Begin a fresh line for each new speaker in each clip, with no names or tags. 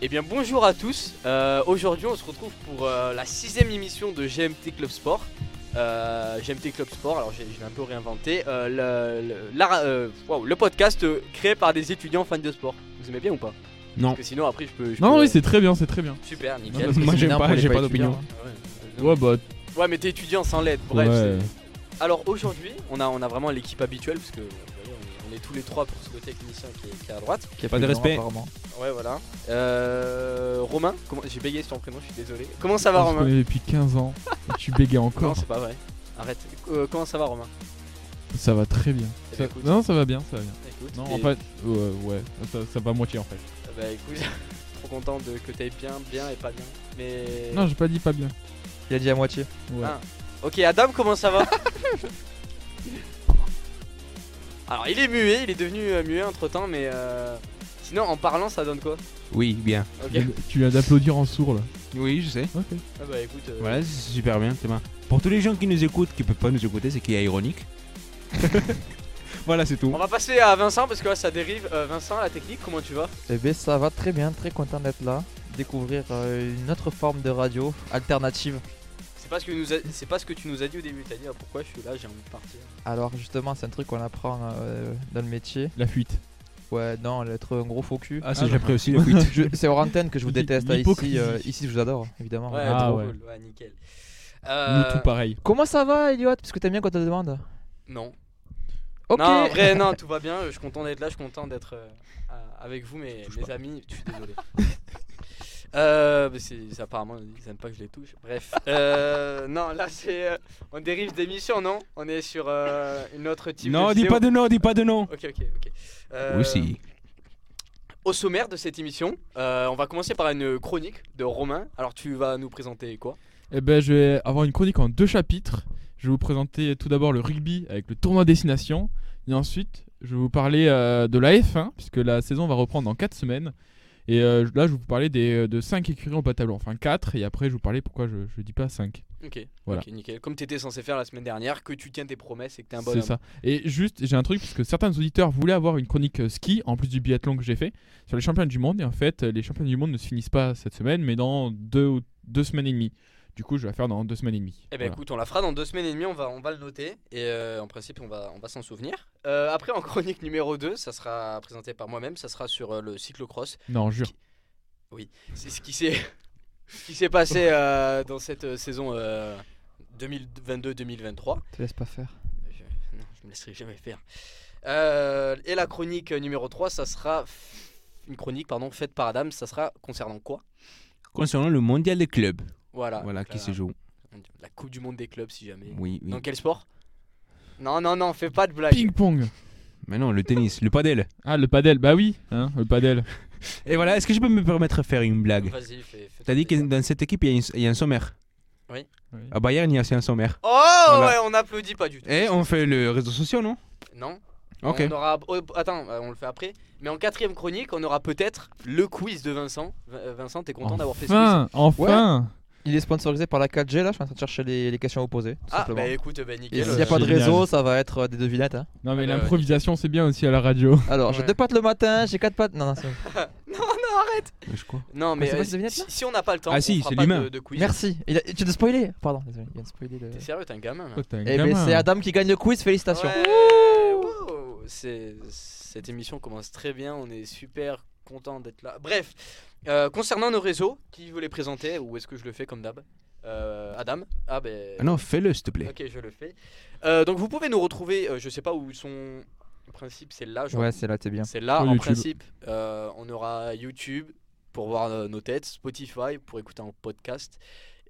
Eh bien bonjour à tous, Euh, aujourd'hui on se retrouve pour euh, la sixième émission de GMT Club Sport. Euh, GMT Club Sport, alors j'ai- je l'ai un peu réinventé, Euh, le, le- la ra- euh, waouh, le podcast euh, créé par des étudiants fans de sport. Vous aimez bien ou pas
Non.
Parce que sinon après je peux... je
Non,
peux-
oui, c'est très bien, c'est très bien.
Super,
Non,
nickel.
parce que
Moi,
c'est
j'aime
bien
pas,
pour les
j'ai pas d'opinion.
étudiants.
Ouais,
Ouais, bah,
Ouais, mais t'es étudiant sans lettre, bref.
Ouais.
c'est- Alors aujourd'hui, on a, on a vraiment l'équipe habituelle, parce que vous voyez, on est- on est tous les trois pour ce côté technicien qui est, qui est à droite.
Qui a
Pas de respect.
Ouais, voilà. Euh, Romain, comment... j'ai bégayé sur ton prénom, je suis désolé. Comment ça va
on se
Romain
connaît depuis 15 ans. Et tu bégais
Non,
encore.
c'est pas vrai. Arrête. Euh, comment ça va Romain
Ça va très bien.
Eh
Ça-
bien, écoute.
Non, ça va bien, ça va bien.
Écoute,
Non,
t'es-
en fait, ouais, ouais, ça, ça va à moitié en fait.
Bah écoute, trop content de que t'ailles bien, bien et pas bien. Mais...
Non, j'ai pas dit pas bien.
Il a dit à moitié.
Ouais.
Ah. Ok, Adam, comment ça va Alors, il est muet, il est devenu euh, muet entre-temps, mais... euh, Sinon, en parlant, ça donne quoi
Oui, bien.
Ok.
Tu viens de- Tu viens d'applaudir en sourd là.
Oui, je sais.
Ok.
Ah bah écoute... euh,
Voilà, c'est super bien, Thomas. Pour tous les gens qui nous écoutent, qui peuvent pas nous écouter, c'est qu'il est ironique. voilà, c'est tout.
On va passer à Vincent parce que là ça dérive. Euh, Vincent, la technique, comment tu vas
Eh bien, ça va très bien, très content d'être là. Découvrir euh, une autre forme de radio alternative.
C'est pas ce que nous a- c'est pas ce que tu nous as dit au début. T'as dit ah, pourquoi je suis là, j'ai envie de partir.
Alors, justement, c'est un truc qu'on apprend euh, dans le métier.
La fuite.
Ouais, non, être un gros faux cul.
Ah,
Ah,
ça, j'ai appris aussi le tweet.
Je- C'est hors antenne que je vous
L'hy-
déteste. ah,
l'hypocrisie.
ici, euh, ici, je vous adore, évidemment.
Ouais,
Ah
trop
ouais.
cool. Ouais, nickel. Euh,
Nous tout pareil.
Comment ça va, Elliot Parce que t'aimes bien quand on te demande.
non.
Ok.
Non, en vrai, non, tout va bien. Euh, Je suis content d'être là, je suis content d'être euh, à- avec vous, mais mes amis, je suis désolé. Euh, mais c'est, c'est- apparemment, ils aiment pas que je les touche. Bref, Euh, non, là c'est. euh, on dérive d'émission, non On est sur euh, une autre type
Non,
de
dis
vidéo.
pas de non, dis pas de non.
Ok, ok, ok. Euh, Au sommaire de cette émission, euh, on va commencer par une chronique de Romain. Alors tu vas nous présenter quoi
Eh ben, je vais avoir une chronique en deux chapitres. Je vais vous présenter tout d'abord le rugby avec le tournoi destination. Et ensuite, je vais vous parler euh, de la F1, puisque la saison va reprendre dans 4 semaines. Et euh, là, je vais vous parler des, de 5 écuries en bas de tableau. Enfin, 4. Et après, je vais vous parler pourquoi je ne dis pas 5.
Ok,
Voilà.
ok, nickel. Comme tu étais censé faire la semaine dernière, que tu tiens tes promesses et que t'es un bon
C'est ça. Et juste, j'ai un truc, puisque certains auditeurs voulaient avoir une chronique euh, ski, en plus du biathlon que j'ai fait, sur les championnats du monde. Et en fait, euh, les championnats du monde ne se finissent pas cette semaine, mais dans 2 ou deux semaines et demie. Du coup, je vais la faire dans 2 semaines et demie.
Eh ben
Voilà.
écoute, on la fera dans deux semaines et demie, on va, on va le noter. Et euh, en principe, on va, on va s'en souvenir. Euh, après, en chronique numéro 2, ça sera présenté par moi-même, ça sera sur euh, le cyclocross.
Non, jure.
C'est ce qui s'est, ce qui s'est passé euh, dans cette euh, saison euh, 2022-2023.
Te laisse pas faire.
Je... Non, je me laisserai jamais faire. Euh, et la chronique euh, numéro 3, ça sera. Une chronique, pardon, faite par Adam, ça sera concernant quoi
Concernant le mondial des clubs,
Voilà.
voilà,
donc
qui
la-
se joue.
La Coupe du Monde des clubs, si jamais.
Oui, oui.
Dans quel sport Non, non, non, fais pas de blague.
Ping-pong
Mais non, le tennis, le padel.
Ah, le padel, bah oui, hein, le padel.
Et voilà, est-ce que je peux me permettre de faire une blague
Vas-y, fais. fais
T'as
ton
dit que
délire.
dans cette équipe, il y a une- il y, a un sommaire.
Oui.
Oui.
À Bayern, il y a aussi un sommaire.
Oh,
Voilà.
ouais, on applaudit pas du tout.
Et Eh, on fait le réseau social, non
Non
Ok.
On aura. oh, attends, euh, on le fait après. Mais en quatrième chronique, on aura peut-être le quiz de Vincent. V- euh, Vincent, t'es content d'avoir fait ce quiz
Enfin, enfin
Il est sponsorisé par la 4G, là. Je suis en train de chercher les, les questions opposées. Tout
Ah,
simplement.
bah écoute, bah nickel.
Et s'il
y
n'y
euh,
a pas de
Génial.
réseau, ça va être euh, des devinettes. hein.
Non mais
Euh,
l'improvisation c'est bien aussi à la radio.
Alors, j'ai
Ouais.
deux pattes le matin, j'ai quatre pattes. Non, non, c'est bon.
Mais je crois.
Non, mais
c'est pas
euh,
ces devinettes,
si,
là
si on n'a pas le temps,
Ah
on
si,
fera
c'est
pas
l'humain.
de, de quiz.
Merci. Il a- Tu t'es spoilé Pardon, désolé, il vient de spoiler le.
T'es sérieux, t'es un gamin là
Toi, t'es un
Eh ben,
gamin. hein.
c'est Adam qui gagne le quiz, félicitations.
Ouais, wow, c'est- Cette émission commence très bien, on est super content d'être là. Bref, euh, concernant nos réseaux, qui veut les présenter ou est-ce que je le fais comme d'hab Euh, Adam Ah ben.
Ah non, fais-le, s'il te plaît.
Ok, je le fais. Euh, donc vous pouvez nous retrouver, euh, je sais pas où ils sont. En principe, c'est là, genre.
Ouais, c'est là, t'es bien.
c'est là,
Sur
en
YouTube.
principe. Euh, on aura YouTube pour voir euh, nos têtes, Spotify pour écouter un podcast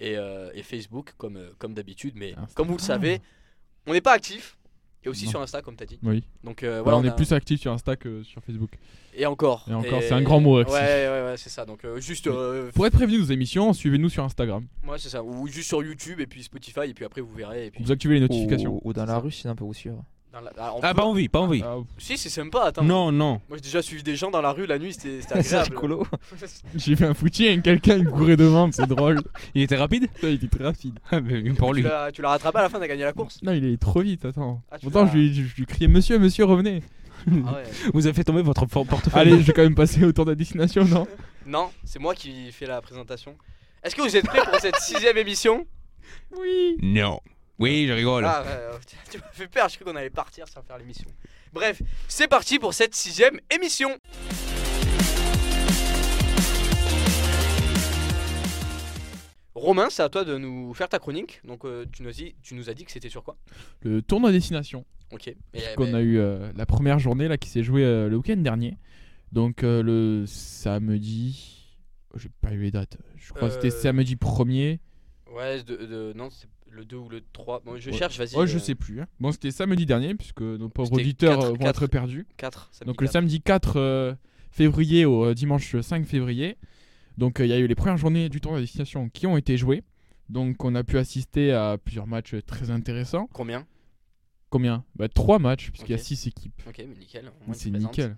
et, euh, et Facebook comme, euh, comme d'habitude. Mais
Instagram.
comme vous le savez, on n'est pas actif. Et aussi
Non.
sur Insta, comme t'as dit.
Oui,
Donc euh,
Bah,
voilà,
on est
a-
plus actif sur Insta que sur Facebook.
Et encore.
Et encore, c'est un grand mot, actif.
Ouais, ouais, ouais, c'est ça. Donc euh, juste.
Oui.
euh,
Pour être prévenu de nos émissions, suivez-nous sur Instagram.
ouais, c'est ça. Ou juste sur YouTube et puis Spotify et puis après vous verrez. Et puis.
Vous activez les notifications.
Ou, ou dans la rue, sinon on peut vous suivre.
dans la- Ah, on
Ah,
peut-
pas envie, pas envie.
Ah,
Si, c'est sympa, attends.
Non, non.
Moi j'ai déjà suivi des gens dans la rue la nuit, c'était c'était
C'est
agréable.
rigolo.
J'ai fait un footing, quelqu'un me courait devant, c'est drôle.
Il était rapide
Putain, il était très rapide.
Ah, mais Pour
tu
lui.
l'as tu l'as rattrapé à la fin, t'as gagné la course.
Non, il est trop vite, attends.
Ah, tu
Pourtant,
l'as-
je lui, je lui criais Monsieur, monsieur, revenez.
Ah ouais.
Vous avez fait tomber votre for- portefeuille.
Allez, je vais quand même passer au tour de la destination, non
Non, c'est moi qui fais la présentation. Est-ce que vous êtes prêts pour cette sixième émission
Oui.
Non. Oui, je rigole.
Ah, ouais, tu- tu m'as fait peur, je crois qu'on allait partir sans faire l'émission. Bref, c'est parti pour cette sixième émission. Romain, c'est à toi de nous faire ta chronique. Donc, euh, tu, nous as dit, tu nous as dit que c'était sur quoi
Le tournoi destination.
Ok. Mais, euh,
qu'on
mais-
a eu euh, la première journée là qui s'est jouée euh, le week-end dernier. Donc euh, le samedi, oh, j'ai pas eu les dates. Je crois que c'était
Euh,
samedi 1er.
Ouais, de, de- non, c'est le 2 ou le 3. Bon, je
Ouais.
cherche, vas-y.
Oh, je
euh,
sais plus. hein. Bon, c'était samedi dernier puisque nos pauvres
C'était
auditeurs
quatre-
euh, vont
quatre-
être perdus.
4. samedi
Donc le
4.
samedi 4 euh, février au euh, dimanche 5 février. Donc euh, il y a eu les premières journées du tournoi de destination qui ont été jouées. Donc on a pu assister à plusieurs matchs euh, très intéressants.
Combien
Combien bah, Trois matchs puisqu'il y a
Ok.
six équipes.
Ok, mais nickel. au
Mais
moins, tu
C'est
présentes.
nickel.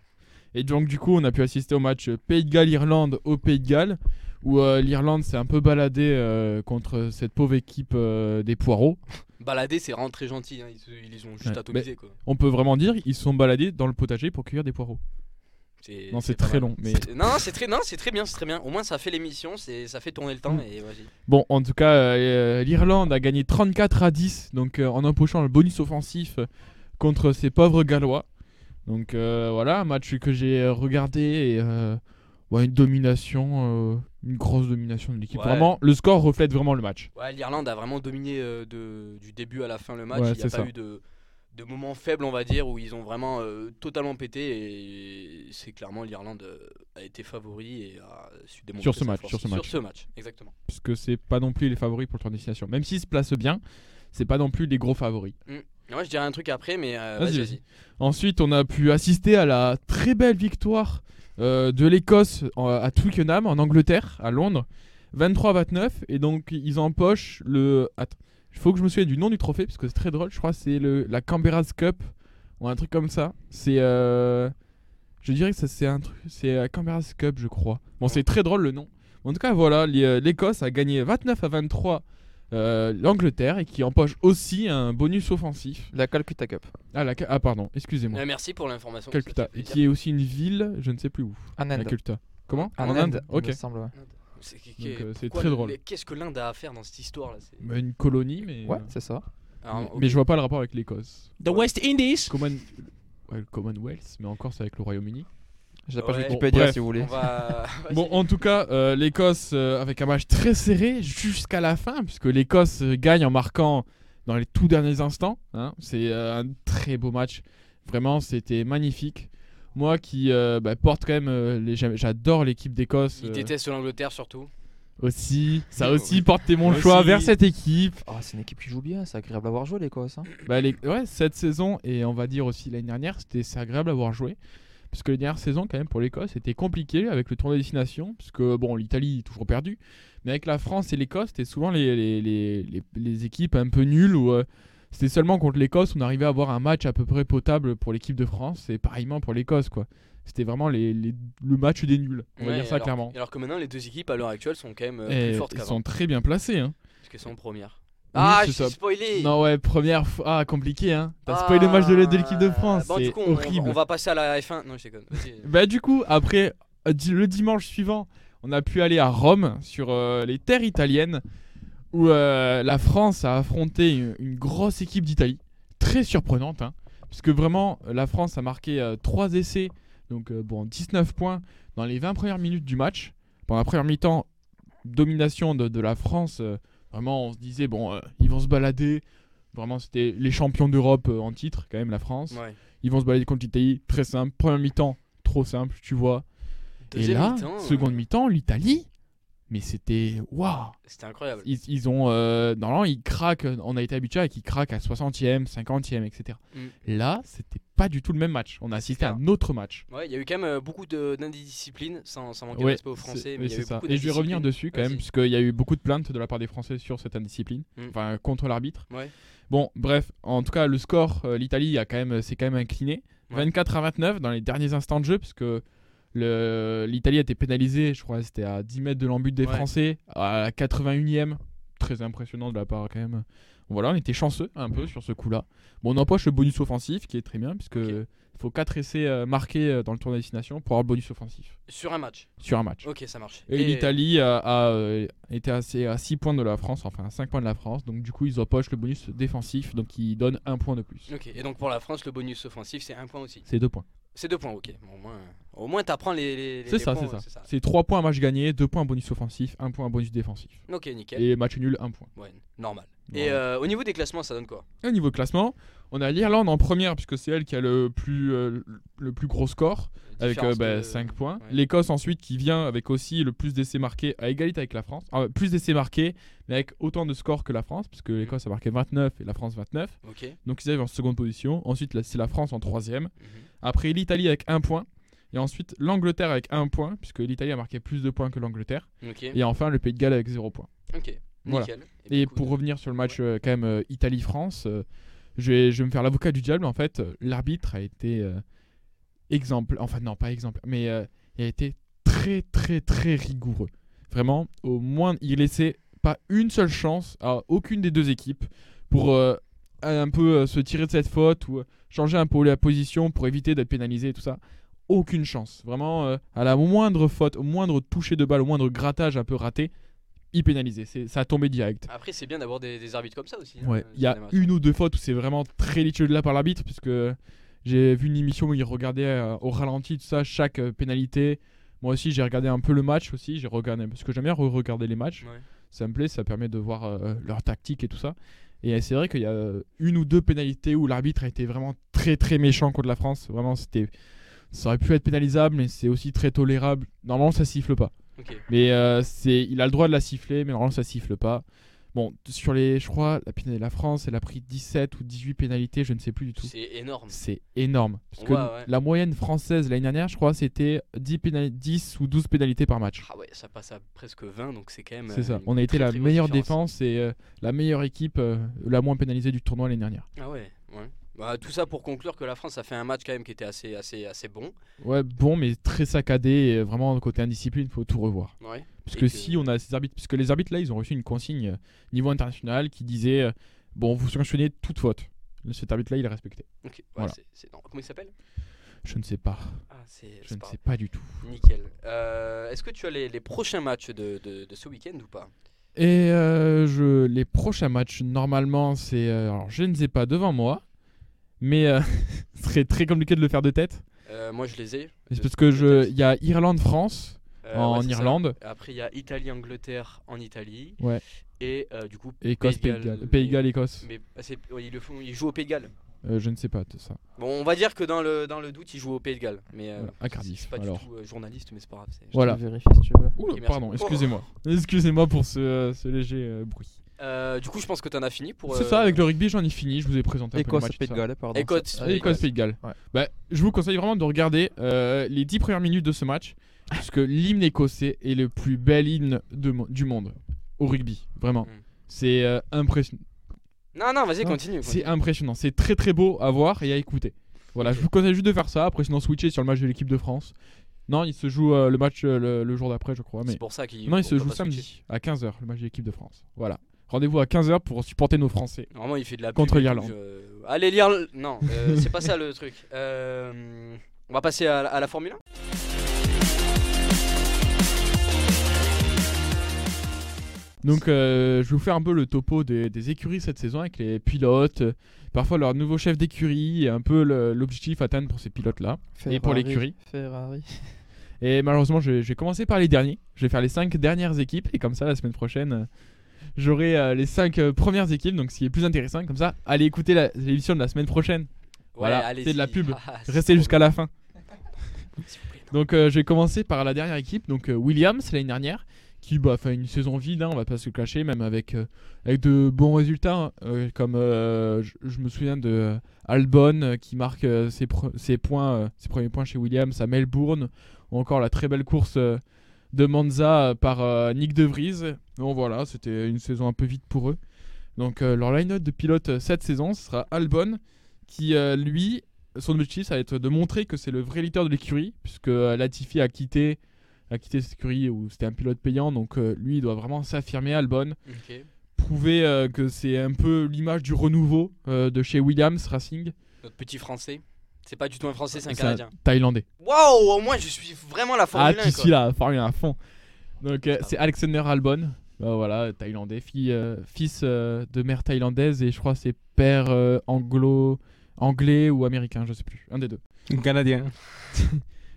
Et donc, du coup, on a pu assister au match euh, Pays de Galles-Irlande au Pays de Galles, où euh, l'Irlande s'est un peu baladée euh, contre cette pauvre équipe euh, des poireaux.
Balader, c'est vraiment très gentil. hein, Ils, se- ils les ont juste
Ouais,
atomisés, quoi.
On peut vraiment dire, ils se sont baladés dans le potager pour cueillir des poireaux.
C'est-
Non, c'est
pas
très
mal.
long, mais-
C'est- Non, non, c'est très, non, c'est très bien, c'est très bien. Au moins, ça fait l'émission, c'est, ça fait tourner le temps.
Mm.
Et vas-y.
Bon, en tout cas, euh, euh, l'Irlande a gagné 34 à 10, donc euh, en empochant le bonus offensif euh, contre ces pauvres Gallois. Donc euh, voilà, un match que j'ai euh, regardé et euh, ouais, une domination, euh, une grosse domination de l'équipe.
Ouais.
Vraiment, le score reflète vraiment le match.
Ouais, l'Irlande a vraiment dominé euh, de- du début à la fin le match. Il
Ouais,
n'y a
c'est
pas
ça.
eu de, de moment faible, on va dire, où ils ont vraiment euh, totalement pété. Et c'est clairement l'Irlande euh, a été favori et a su démontrer
Sur ce
sa
match,
force.
sur ce match.
Sur ce match, exactement.
puisque c'est pas non plus les favoris pour le tour de destination. Même s'ils se placent bien, c'est pas non plus les gros favoris.
Ouais, je dirais un truc après, mais euh,
Vas-y,
vas-y,
vas-y.
vas-y.
Ensuite, on a pu assister à la très belle victoire euh, de l'Écosse en- à Twickenham en Angleterre, à Londres, 23-29, et donc ils empochent le. Attends, il faut que je me souvienne du nom du trophée parce que c'est très drôle. Je crois que c'est le la Canberra's Cup ou un truc comme ça. C'est euh, je dirais que ça c'est un truc, c'est la Canberra's Cup, je crois. Bon, c'est très drôle le nom. En tout cas, voilà, les- euh, l'Écosse a gagné 29 à 23 euh, l'Angleterre et qui empoche aussi un bonus offensif.
La Calcutta Cup.
Ah, la, Ca- ah pardon, excusez-moi.
Euh, merci pour l'information. ça
Calcutta,
fait
et
plaisir.
qui est aussi une ville, je ne sais plus où.
Un end.
La Calcutta. Comment
Un
En
end,
Inde,
il
Ok.
me semble, ouais.
C'est, qui-
Donc,
qui-
euh, c'est
pourquoi
très
le-
drôle.
les- Qu'est-ce que l'Inde a à faire dans cette histoire là c'est...
Bah, une colonie, mais. euh,
Ouais, c'est ça.
Alors,
mais,
Ah, ok.
mais je vois pas le rapport avec l'Écosse.
The West Indies.
Common... ouais, le Commonwealth, mais encore c'est avec le Royaume-Uni.
J'ai la page
Ouais.
Bon,
Wikipédia
bref,
si vous voulez.
On va. Vas-y.
Bon, en tout cas, euh, l'Écosse euh, avec un match très serré jusqu'à la fin, puisque l'Écosse euh, gagne en marquant dans les tout derniers instants. hein. C'est euh, un très beau match. Vraiment, c'était magnifique. Moi qui euh, bah, porte quand même. euh, les... j'aime- J'adore l'équipe d'Écosse.
Il
euh,
déteste l'Angleterre surtout.
aussi. Ça
Oui,
aussi, portez mon
Aussi.
choix vers cette équipe.
Ah, c'est une équipe qui joue bien, c'est agréable à voir jouer l'Écosse. Hein.
Bah, les- ouais, cette saison, et on va dire aussi l'année dernière, c'était c'est agréable à avoir joué. Parce que la dernière saison, quand même, pour l'Écosse, c'était compliqué avec le tournoi de destination. Parce que, bon, l'Italie, toujours perdu. Mais avec la France et l'Écosse, c'était souvent les, les, les, les- les équipes un peu nulles où euh, c'était seulement contre l'Écosse on arrivait à avoir un match à peu près potable pour l'équipe de France et pareillement pour l'Écosse, quoi. C'était vraiment les, les- le match des nuls. On va
Ouais,
dire ça
alors-
clairement.
Alors que maintenant, les deux équipes à l'heure actuelle sont quand même euh,
Et
plus fortes
ils
qu'avant.
sont très bien placés, hein.
Parce qu'elles sont en première.
Oui,
ah,
c'est
je
ça.
suis spoilé
Non, ouais, première fois. Ah, compliqué, hein. T'as
Ah. Bah,
spoilé le match de l'aide de l'équipe de France.
Bon,
c'est
du coup, on,
horrible.
on va passer à la F1. Non, je déconne. Vas-y.
Bah, du coup, après euh, di- le dimanche suivant, on a pu aller à Rome, sur euh, les terres italiennes, où euh, la France a affronté une, une grosse équipe d'Italie. Très surprenante, hein. Parce que vraiment, la France a marqué 3 essais, donc euh, bon, 19 points dans les 20 premières minutes du match. Pendant la première mi-temps, domination de, de la France. euh, vraiment, on se disait, bon, euh, ils vont se balader. Vraiment, c'était les champions d'Europe euh, en titre, quand même, la France.
Ouais.
Ils vont se balader contre l'Italie, très simple. Première mi-temps, trop simple, tu vois.
Deuxième
Et là,
mi-temps, euh,
seconde mi-temps, l'Italie, mais c'était waouh.
euh, C'était incroyable.
Ils, ils ont euh, normalement ils craquent. On a été habitué à qu'ils craquent à 60e, 50e, etc.
Mm.
Là, c'était pas du tout le même match. On a assisté à
clair.
un autre match.
Ouais, il y a eu quand même euh, beaucoup de- d'indiscipline, sans, sans manquer de
Ouais,
respect aux Français.
c'est-
Mais
oui,
il y a
c'est
eu
ça.
beaucoup
Et je vais revenir
d'indiscipline.
dessus quand même,
Vas-y.
puisqu'il y a eu beaucoup de plaintes de la part des Français sur cette indiscipline,
Mm.
enfin contre l'arbitre.
Ouais.
Bon, bref, en tout cas, le score, euh, l'Italie a quand même, s'est quand même inclinée.
Ouais.
24 à 29 dans les derniers instants de jeu, parce que le- l'Italie a été pénalisée, je crois, c'était à 10 mètres de l'embut des
Ouais.
Français, à la 81e. très impressionnant de la part quand même. Voilà, on était chanceux un
Mm.
peu sur ce coup-là. Bon, on empoche le bonus offensif qui est très bien puisque
Ok.
il faut 4 essais euh, marqués euh, dans le tour de destination pour avoir le bonus offensif
Sur un match.
sur un match.
Ok, ça marche.
Et, l'Italie a, a, euh, était assez à 6 points de la France, enfin à 5 points de la France, donc du coup ils empochent le bonus défensif, donc ils donnent un point de plus.
Ok, et donc pour la France, le bonus offensif, c'est un point aussi.
C'est 2 points.
C'est deux points, ok. Bon, au moins, euh, au moins t'apprends les, les, les
C'est ça,
points,
c'est
ouais,
ça. C'est 3 points à match gagné, 2 points à bonus offensif, 1 point à bonus défensif.
Ok, nickel.
Et match nul, 1 point.
Ouais, normal. Et
Voilà.
euh, au niveau des classements, ça donne quoi
Et Au niveau classement, on a l'Irlande en première puisque c'est elle qui a le plus, euh, le plus gros score avec
Différence de-
5 points.
ouais.
L'Écosse ensuite qui vient avec aussi le plus d'essais marqués à égalité avec la France. Ah, plus d'essais marqués mais avec autant de scores que la France puisque l'Écosse a marqué 29 et la France 29.
Ok.
Donc ils arrivent en seconde position. Ensuite là, c'est la France en troisième.
mhm.
Après l'Italie avec 1 point. Et ensuite l'Angleterre avec 1 point puisque l'Italie a marqué plus de points que l'Angleterre.
mhm, Ok.
Et enfin le Pays de Galles avec 0 point.
Ok.
Voilà.
Nickel.
Et
beaucoup
pour
de-
revenir sur le match euh, quand même euh, Italie-France, euh, je, vais, je vais me faire l'avocat du diable en fait. euh, L'arbitre a été euh, exemple, enfin non pas exemple, mais euh, il a été très très très rigoureux. Vraiment, au moins il laissait pas une seule chance à aucune des deux équipes pour euh, un peu euh, se tirer de cette faute ou euh, changer un peu la position pour éviter d'être pénalisé et tout ça. Aucune chance. Vraiment, euh, à la moindre faute, au moindre toucher de balle, au moindre grattage un peu raté, il pénalisait. C'est- Ça a tombé direct.
Après, c'est bien d'avoir des, des arbitres comme ça aussi. hein,
Ouais,
euh,
il y a
cinéma, ça.
une ou deux fautes où c'est vraiment très litigieux de là par l'arbitre, puisque j'ai vu une émission où il regardait euh, au ralenti tout ça, chaque euh, pénalité. Moi aussi, j'ai regardé un peu le match aussi, j'ai regardé parce que j'aime bien regarder les matchs.
Ouais.
Ça me plaît, ça permet de voir euh, leur tactique et tout ça. Et euh, c'est vrai qu'il y a euh, une ou deux pénalités où l'arbitre a été vraiment très très méchant contre la France. Vraiment, c'était ça aurait pu être pénalisable, mais c'est aussi très tolérable. Normalement, ça siffle pas.
Ok.
Mais euh, c'est, il a le droit de la siffler, mais normalement ça siffle pas. Bon, t- sur les, je crois, la, pénalité de la France, elle a pris 17 ou 18 pénalités, je ne sais plus du tout.
C'est énorme.
C'est énorme. Parce que
Ouais, ouais.
la moyenne française l'année dernière, je crois, c'était 10, pénali- 10 ou 12 pénalités par match.
Ah ouais, ça passe à presque 20, donc c'est quand même.
C'est
euh,
ça.
une
On a été
très,
la
très grosse
meilleure
différence.
défense et euh, la meilleure équipe, euh, la moins pénalisée du tournoi l'année dernière.
Ah ouais, ouais. Bah, tout ça pour conclure que la France a fait un match quand même qui était assez, assez, assez bon.
Ouais, bon, mais très saccadé et vraiment côté indiscipline, faut tout revoir.
Ouais.
Parce
Et
que
que-
si on a ces arbitres, parce que les arbitres là, ils ont reçu une consigne euh, niveau international qui disait euh, bon, vous sanctionnez toute faute. Cet arbitre là, il est respecté.
Ok. ouais,
Voilà.
c'est- c'est- non, Comment il s'appelle
Je ne sais pas.
Ah, c'est.
Je
c'est
ne
pas
sais pas du tout.
grave. Nickel. Euh, Est-ce que tu as les, les prochains matchs de, de, de ce week-end ou pas
Et euh, je, les prochains matchs, normalement, c'est. euh, alors, je ne sais pas devant moi, mais euh, ce serait très compliqué de le faire de tête.
Euh, Moi, je les ai.
C'est
de-
parce que
de
je,
tête.
il y a Irlande-France
Euh, ouais,
en
c'est ça.
Irlande,
Après, il y a Italie-Angleterre en Italie.
Ouais.
Et euh, du coup,
Écosse-Pays de Galles, Pays de Galles, Écosse.
Mais bah, c'est- ouais, ils, le font, ils jouent au Pays de Galles.
Euh, je ne sais pas de ça.
Bon, on va dire que dans le, dans le doute, ils jouent au Pays de Galles. Mais euh,
Voilà, à
je
Cardiff.
suis pas
alors.
du tout euh, journaliste, mais c'est pas grave. c'est-
Voilà.
Je te le vérifie si tu veux.
Oula,
Ok, merci.
pardon, excusez-moi. Excusez-moi pour ce, euh, ce léger euh, bruit.
Euh, du coup, je pense que t'en as fini pour.
C'est
euh,
ça, avec le rugby, j'en ai fini. Je vous ai présenté un peu le
Écosse,
match.
Pays de Galles, pardon.
Écosse,
Ah,
Pays de
Écosse.
Écosse, Pays de Galles.
Ouais.
Bah, je vous conseille vraiment de regarder euh, les 10 premières minutes de ce match, puisque l'hymne écossais est le plus bel hymne de mo- du monde au rugby, vraiment.
Mm.
C'est euh, impressionnant.
Non, non, vas-y,
Non,
continue.
C'est
continue.
impressionnant. C'est très très beau à voir et à écouter. Voilà,
Ok.
je vous conseille juste de faire ça. Après, sinon switcher sur le match de l'équipe de France. Non, il se joue euh, le match euh, le, le jour d'après, je crois. Mais
C'est pour ça qu'il.
non, il
faut
se
pas
joue
switcher.
samedi à 15h le match de l'équipe de France. Voilà. Rendez-vous à 15h pour supporter nos Français.
Normalement, il fait de la pub
Contre
et tout,
l'Irlande.
je- Allez, l'Irlande. Non, euh, c'est pas ça le truc. Euh, On va passer à, la- à la Formule 1.
Donc euh, je vais vous faire un peu le topo des, des écuries cette saison avec les pilotes, euh, parfois leur nouveau chef d'écurie et un peu le- l'objectif à atteindre pour ces pilotes-là. Et pour
Ferrari,
l'écurie.
Ferrari.
Et malheureusement je, je vais commencer par les derniers, je vais faire les 5 dernières équipes et comme ça la semaine prochaine euh, j'aurai euh, les 5 premières équipes, donc ce qui est plus intéressant, comme ça allez écouter la- l'émission de la semaine prochaine, Voilà,
Ouais,
c'est
allez-y.
de la pub.
Ah, c'est
restez
trop
jusqu'à la fin.
bien, s'il vous plaît, non.
Donc euh, je vais commencer par la dernière équipe, donc euh, Williams l'année dernière, qui bah, fait une saison vide, hein, on va pas se le cacher, même avec, euh, avec de bons résultats, hein, euh, comme euh, je- je me souviens de euh, Albon euh, qui marque euh, ses, pre- ses points, euh, ses premiers points chez Williams à Melbourne, ou encore la très belle course euh, de Manza euh, par euh, Nick De Vries. Donc voilà, c'était une saison un peu vide pour eux. Donc euh, leur line-up de pilotes euh, cette saison, ce sera Albon, qui euh, lui son objectif ça va être de montrer que c'est le vrai leader de l'écurie puisque euh, Latifi a quitté a quitté cette écurie où c'était un pilote payant donc euh, lui il doit vraiment s'affirmer Albon
Ok.
pour trouvé euh, que c'est un peu l'image du renouveau euh, de chez Williams Racing.
Notre petit français. C'est pas du tout un français, c'est un
C'est
canadien.
Thaïlandais.
Waouh, au moins je suis vraiment la
Ah,
Formule 1.
tu
quoi. Ah.
suis là, Formule 1 à fond. Donc, euh, c'est Alexander Albon. Bah, voilà, thaïlandais, fille, euh, fils euh, de mère thaïlandaise et je crois c'est père euh, anglo, anglais ou américain, je sais plus, un des deux.
Canadien.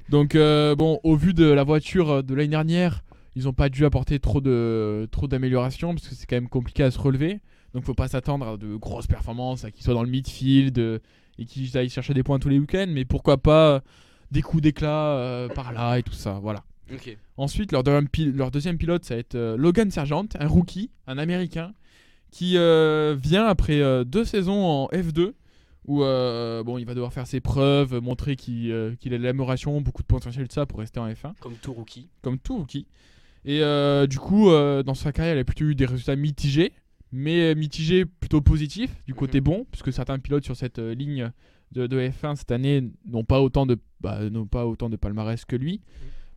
Donc euh, bon, au vu de la voiture euh, de l'année dernière, ils n'ont pas dû apporter trop de trop d'améliorations parce que c'est quand même compliqué à se relever. Donc faut pas s'attendre à de grosses performances, à qu'ils soient dans le midfield euh, et qu'ils aillent chercher des points tous les week-ends, mais pourquoi pas euh, des coups d'éclat euh, par là et tout ça, voilà.
Ok.
Ensuite, leur deuxième, pil- leur deuxième pilote, ça va être euh, Logan Sargent, un rookie, un américain, qui euh, vient après euh, deux saisons en F2, où euh, bon, il va devoir faire ses preuves, montrer qu'il euh, qu'il a de l'amélioration, beaucoup de potentiel de ça pour rester en F1,
Comme tout rookie.
comme tout rookie. Et euh, du coup, euh, dans sa carrière, il a plutôt eu des résultats mitigés, mais euh, mitigés plutôt positifs, du côté
Mhm.
bon, puisque certains pilotes sur cette euh, ligne de, de F1 cette année n'ont pas autant de bah, n'ont pas autant de palmarès que lui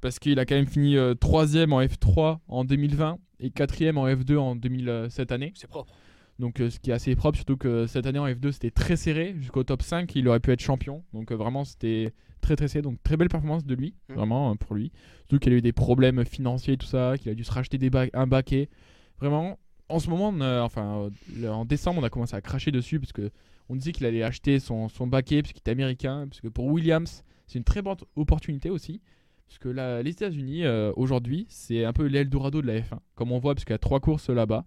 parce qu'il a quand même fini euh, troisième en F3 en 2020 et quatrième en F2 en 2007 cette année.
C'est propre.
Donc euh, ce qui est assez propre, surtout que cette année en F2 c'était très serré jusqu'au top 5, il aurait pu être champion. Donc euh, vraiment c'était très très serré, donc très belle performance de lui,
Mhm.
vraiment euh, pour lui. Surtout qu'il a eu des problèmes financiers et tout ça, qu'il a dû se racheter des ba- un baquet. Vraiment, en ce moment, on a- enfin euh, le- en décembre on a commencé à cracher dessus parce que on disait qu'il allait acheter son, son baquet parce qu'il était américain, parce que pour Williams c'est une très bonne opportunité aussi. Parce que là, les États-Unis, euh, aujourd'hui, c'est un peu l'Eldorado de la F1, comme on voit, parce qu'il y a trois courses là-bas.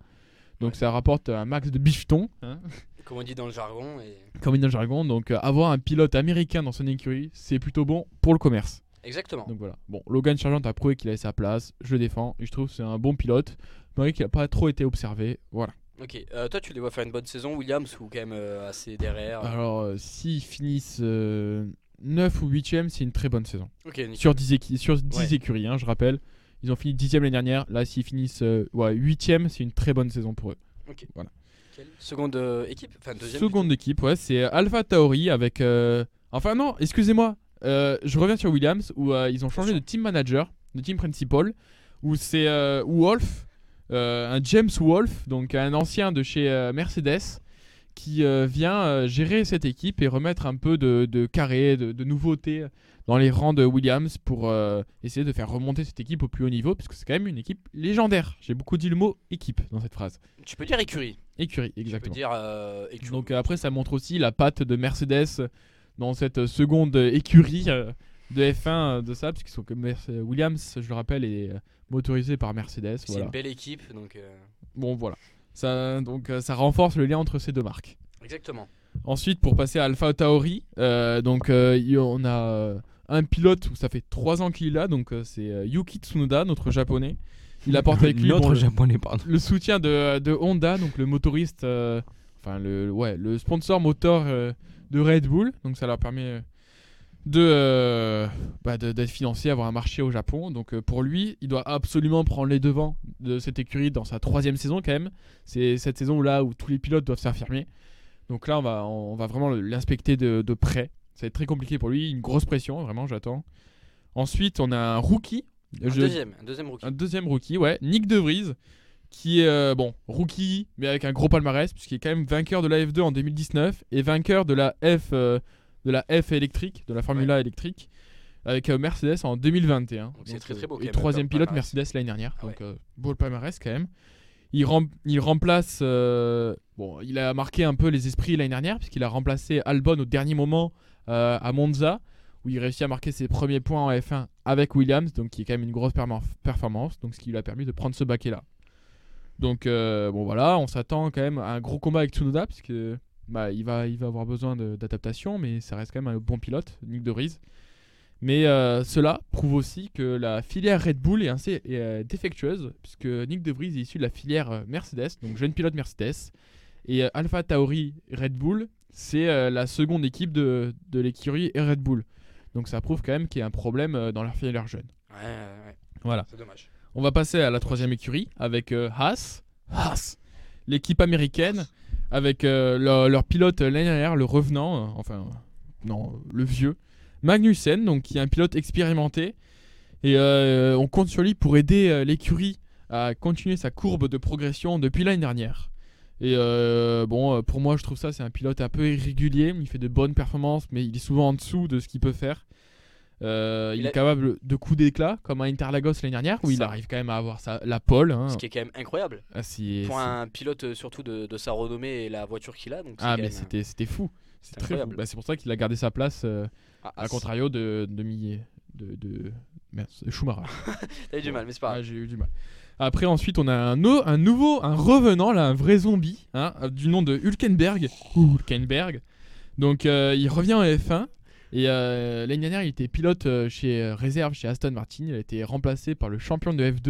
Donc ça rapporte un max de bifetons, hein,
Comme on dit dans le jargon. Et...
comme il dit dans le jargon. Donc euh, avoir un pilote américain dans son écurie, c'est plutôt bon pour le commerce.
Exactement.
Donc voilà. Bon, Logan Sargent a prouvé qu'il avait sa place. Je le défends. Et je trouve que c'est un bon pilote. Malgré qu'il n'a pas trop été observé. Voilà.
Ok. euh, toi, tu les vois faire une bonne saison, Williams, ou quand même euh, assez derrière.
Alors, euh, s'ils finissent 9 ou 8ème, c'est une très bonne saison.
ok. nickel.
Sur 10, équi- sur 10
Ouais.
écuries, hein, je rappelle. Ils ont fini 10 l'année dernière. Là, s'ils finissent 8ème, c'est une très bonne saison pour eux.
Quelle Seconde euh, équipe. Enfin deuxième.
Seconde équipe, ouais, c'est euh, Alpha Tauri avec. euh, Enfin, non, excusez-moi, euh, je reviens sur Williams où euh, ils ont changé de team manager, de team principal, où c'est euh, Wolf, euh, un James Wolf, donc un ancien de chez euh, Mercedes, qui euh, vient euh, gérer cette équipe et remettre un peu de, de carré, de, de nouveauté dans les rangs de Williams pour euh, essayer de faire remonter cette équipe au plus haut niveau, parce que c'est quand même une équipe légendaire. J'ai beaucoup dit le mot équipe dans cette phrase.
plutôt. Tu peux dire écurie.
Écurie,
Tu peux
exactement.
dire euh, écurie.
Donc euh, après, ça montre aussi la patte de Mercedes dans cette euh, seconde euh, écurie euh, de F1 euh, de ça, parce qu'ils sont comme Merce- euh, Williams, je le rappelle, est euh, motorisé par Mercedes.
c'est
Voilà.
une belle équipe. Donc. euh,
Bon, voilà. Ça, donc euh, ça renforce le lien entre ces deux marques.
Exactement.
Ensuite, pour passer à Alpha Tauri, euh, donc euh, il y- on a euh, un pilote où ça fait 3 ans qu'il est là, donc euh, c'est euh, Yuki Tsunoda, notre japonais. Il apporte avec lui bon,
Notre
le-
japonais, pardon.
le soutien de, de Honda, donc le motoriste, euh, enfin le, ouais, le sponsor moteur euh, de Red Bull. Donc ça leur permet euh, de euh, bah, de- d'être financé, avoir un marché au Japon. Donc euh, pour lui, il doit absolument prendre les devants de cette écurie dans sa troisième saison quand même. C'est cette saison là où tous les pilotes doivent s'affirmer. Donc là, on va, on va vraiment le- l'inspecter de, de près. Ça va être très compliqué pour lui, une grosse pression, vraiment, j'attends. Ensuite, on a un rookie.
Un
Je-
deuxième. Un deuxième rookie.
un deuxième rookie, ouais, Nick De Vries, qui est euh, bon rookie, mais avec un gros palmarès, puisqu'il est quand même vainqueur de la F2 en 2019 et vainqueur de la F euh, de la F électrique, de la Formula électrique, avec euh, Mercedes en 2021.
Donc c'est très, très beau, quand
Et
même,
troisième
comme
pilote
palmarès.
Mercedes l'année dernière,
Ah
donc euh, beau le palmarès quand même. Il, rem- il remplace, euh, bon, il a marqué un peu les esprits l'année dernière puisqu'il a remplacé Albon au dernier moment euh, à Monza où il réussit à marquer ses premiers points en F1 avec Williams, donc qui est quand même une grosse perma- performance, donc ce qui lui a permis de prendre ce baquet là. Donc euh, bon voilà, on s'attend quand même à un gros combat avec Tsunoda parce que bah, il va il va avoir besoin de- d'adaptation, mais ça reste quand même un bon pilote, Nick De Vries. Mais euh, cela prouve aussi que la filière Red Bull est assez est, euh, défectueuse, puisque Nick De Vries est issu de la filière euh, Mercedes, donc jeune pilote Mercedes, et euh, Alpha Tauri Red Bull, c'est euh, la seconde équipe de, de l'écurie et Red Bull. Donc ça prouve quand même qu'il y a un problème euh, dans leur filière jeune.
Ouais, ouais, ouais.
Voilà.
C'est dommage.
On va passer à la troisième écurie avec euh, Haas. Haas. L'équipe américaine avec euh, leur, leur pilote euh, l'année dernière, le revenant, euh, enfin, euh, non, euh, le vieux, Magnussen, donc qui est un pilote expérimenté. Et euh, on compte sur lui pour aider euh, l'écurie à continuer sa courbe de progression depuis l'année dernière. Et euh, bon, euh, pour moi, je trouve ça, c'est un pilote un peu irrégulier. Il fait de bonnes performances, mais il est souvent en dessous de ce qu'il peut faire. Euh, il,
Il
est
a-
capable de coups d'éclat, comme à Interlagos l'année dernière, où il
Ça.
arrive quand même à avoir sa, la pole. hein.
Ce qui est quand même incroyable.
Ah, c'est-
Pour
c'est-
un pilote, euh, surtout de, de sa renommée et la voiture qu'il a. Donc c'est
Ah,
quand
mais
même, euh,
c'était c'était fou. C'est très fou.
incroyable.
Bah, c'est pour ça qu'il a gardé sa place, euh,
ah, ah,
à contrario de, de, Millet- de, de- merde, de Schumacher.
T'as eu du mal, mais c'est pas
Ah,
grave.
j'ai eu du mal. Après, ensuite, on a un, au- un nouveau, un revenant, là, un vrai zombie, hein, euh, du nom de Hülkenberg. Hülkenberg. Donc, euh, il revient en F1. Et euh, l'année dernière, il était pilote euh, chez euh, réserve chez Aston Martin. Il a été remplacé par le champion de F2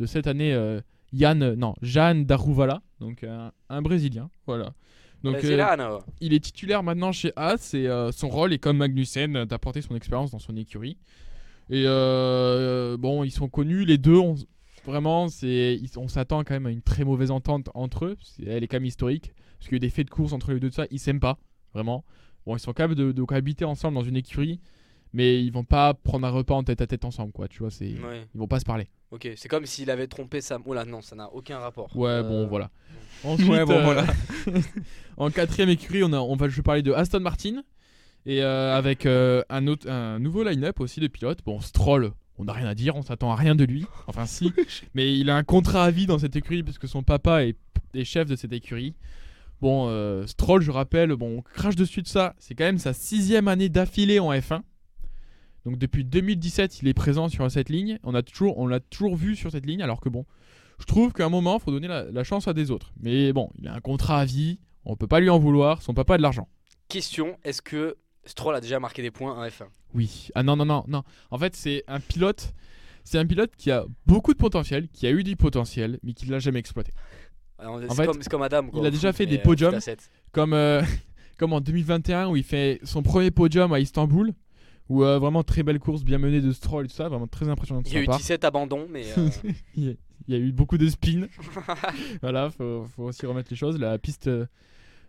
de cette année, euh, Yann, euh, non, Jeanne Daruvala. Donc, un, un Brésilien. Voilà. Donc,
Vas-y,
euh,
Bah, là, Anna.
il est titulaire maintenant chez Haas et euh, son rôle est comme Magnussen euh, d'apporter son expérience dans son écurie. Et euh, bon, ils sont connus, les deux, on, s- vraiment, c'est, ils- on s'attend quand même à une très mauvaise entente entre eux. C'est- elle est quand même historique, parce qu'il y a eu des faits de course entre les deux, de ça, ils s'aiment pas, vraiment. Bon, ils sont capables de, de cohabiter ensemble dans une écurie, mais ils vont pas prendre un repas en tête à tête ensemble, quoi, tu vois, c'est,
Ouais.
ils vont pas se parler.
Ok, c'est comme s'il avait trompé Sam. Oh là, non, ça n'a aucun rapport.
Ouais,
Euh,
bon, voilà. Ensuite,
Ouais, bon,
euh,
voilà.
en quatrième écurie, on a, on va, je vais parler de Aston Martin. Et euh, avec euh, un, autre, un nouveau line-up aussi de pilotes. Bon, Stroll, on n'a rien à dire, on s'attend à rien de lui. Enfin, si. mais il a un contrat à vie dans cette écurie puisque son papa est, est chef de cette écurie. Bon, euh, Stroll, je rappelle, bon, on crache dessus de ça. C'est quand même sa sixième année d'affilée en F1. Donc depuis 2017, il est présent sur cette ligne. On a toujours, on l'a toujours vu sur cette ligne. Alors que bon, je trouve qu'à un moment, faut donner la, la chance à des autres. Mais bon, il a un contrat à vie. On peut pas lui en vouloir. Son papa a de l'argent.
Question est-ce que Stroll a déjà marqué des points en F1
Oui. Ah non non non non. En fait, c'est un pilote. C'est un pilote qui a beaucoup de potentiel, qui a eu du potentiel, mais qui l'a jamais exploité.
Alors, Euh, C'est
fait,
comme, c'est comme Adam. quoi,
il a
au
déjà
foot,
fait des
mais, euh,
podiums.
foot à sept.
Comme euh, comme en 2021 où il fait son premier podium à Istanbul, où euh, vraiment très belle course, bien menée de Stroll, tout ça, vraiment très impressionnant de
Il y
sa
a eu
part.
17 abandons, mais. euh,
il y a- il y a eu beaucoup de spin. voilà, faut, faut aussi remettre les choses. La piste euh,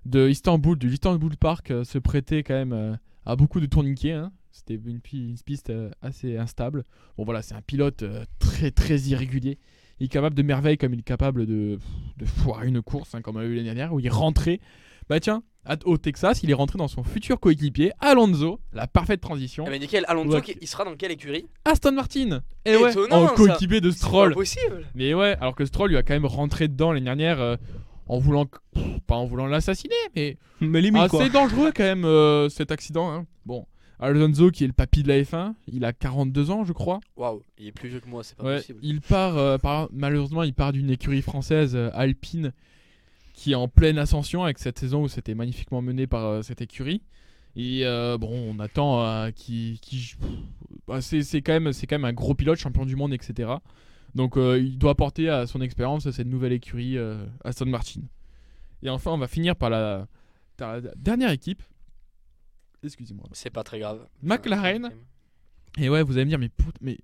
de Istanbul, du Istanbul Park, euh, se prêtait quand même euh, à beaucoup de tourniquets. hein. C'était une, pi- une piste euh, assez instable. Bon voilà, c'est un pilote euh, très très irrégulier. Il est capable de merveilles comme il est capable de, de foirer une course, hein, comme on l'a vu l'année dernière, où il rentrait. Bah tiens, à- au Texas, il est rentré dans son futur coéquipier, Alonso, la parfaite transition.
ah, mais nickel, Alonso,
Ouais.
qui- il sera dans quelle écurie
Aston Martin Et ouais,
ben. Étonnant,
en
ça.
coéquipier de Stroll
C'est pas possible
mais ouais, alors que Stroll lui a quand même rentré dedans l'année dernière euh, en voulant. pff, Pas en voulant l'assassiner, mais.
Mais limite,
Ah,
quoi.
c'est dangereux quand même euh, cet accident. hein. Bon. Alonso, qui est le papy de la F1, il a 42 ans, je crois.
Waouh, il est plus vieux que moi, c'est pas
Ouais,
possible.
il part, euh, par- malheureusement, il part d'une écurie française euh, alpine qui est en pleine ascension avec cette saison où c'était magnifiquement mené par euh, cette écurie. Et euh, bon, on attend euh, qui, qui- bah, c'est c'est quand même c'est quand même un gros pilote, champion du monde, etc. Donc euh, il doit apporter à son expérience cette nouvelle écurie euh, Aston Martin. Et enfin, on va finir par la, par la dernière équipe. Excusez-moi.
C'est pas très grave.
McLaren. Et ouais, vous allez me dire, mais, put- mais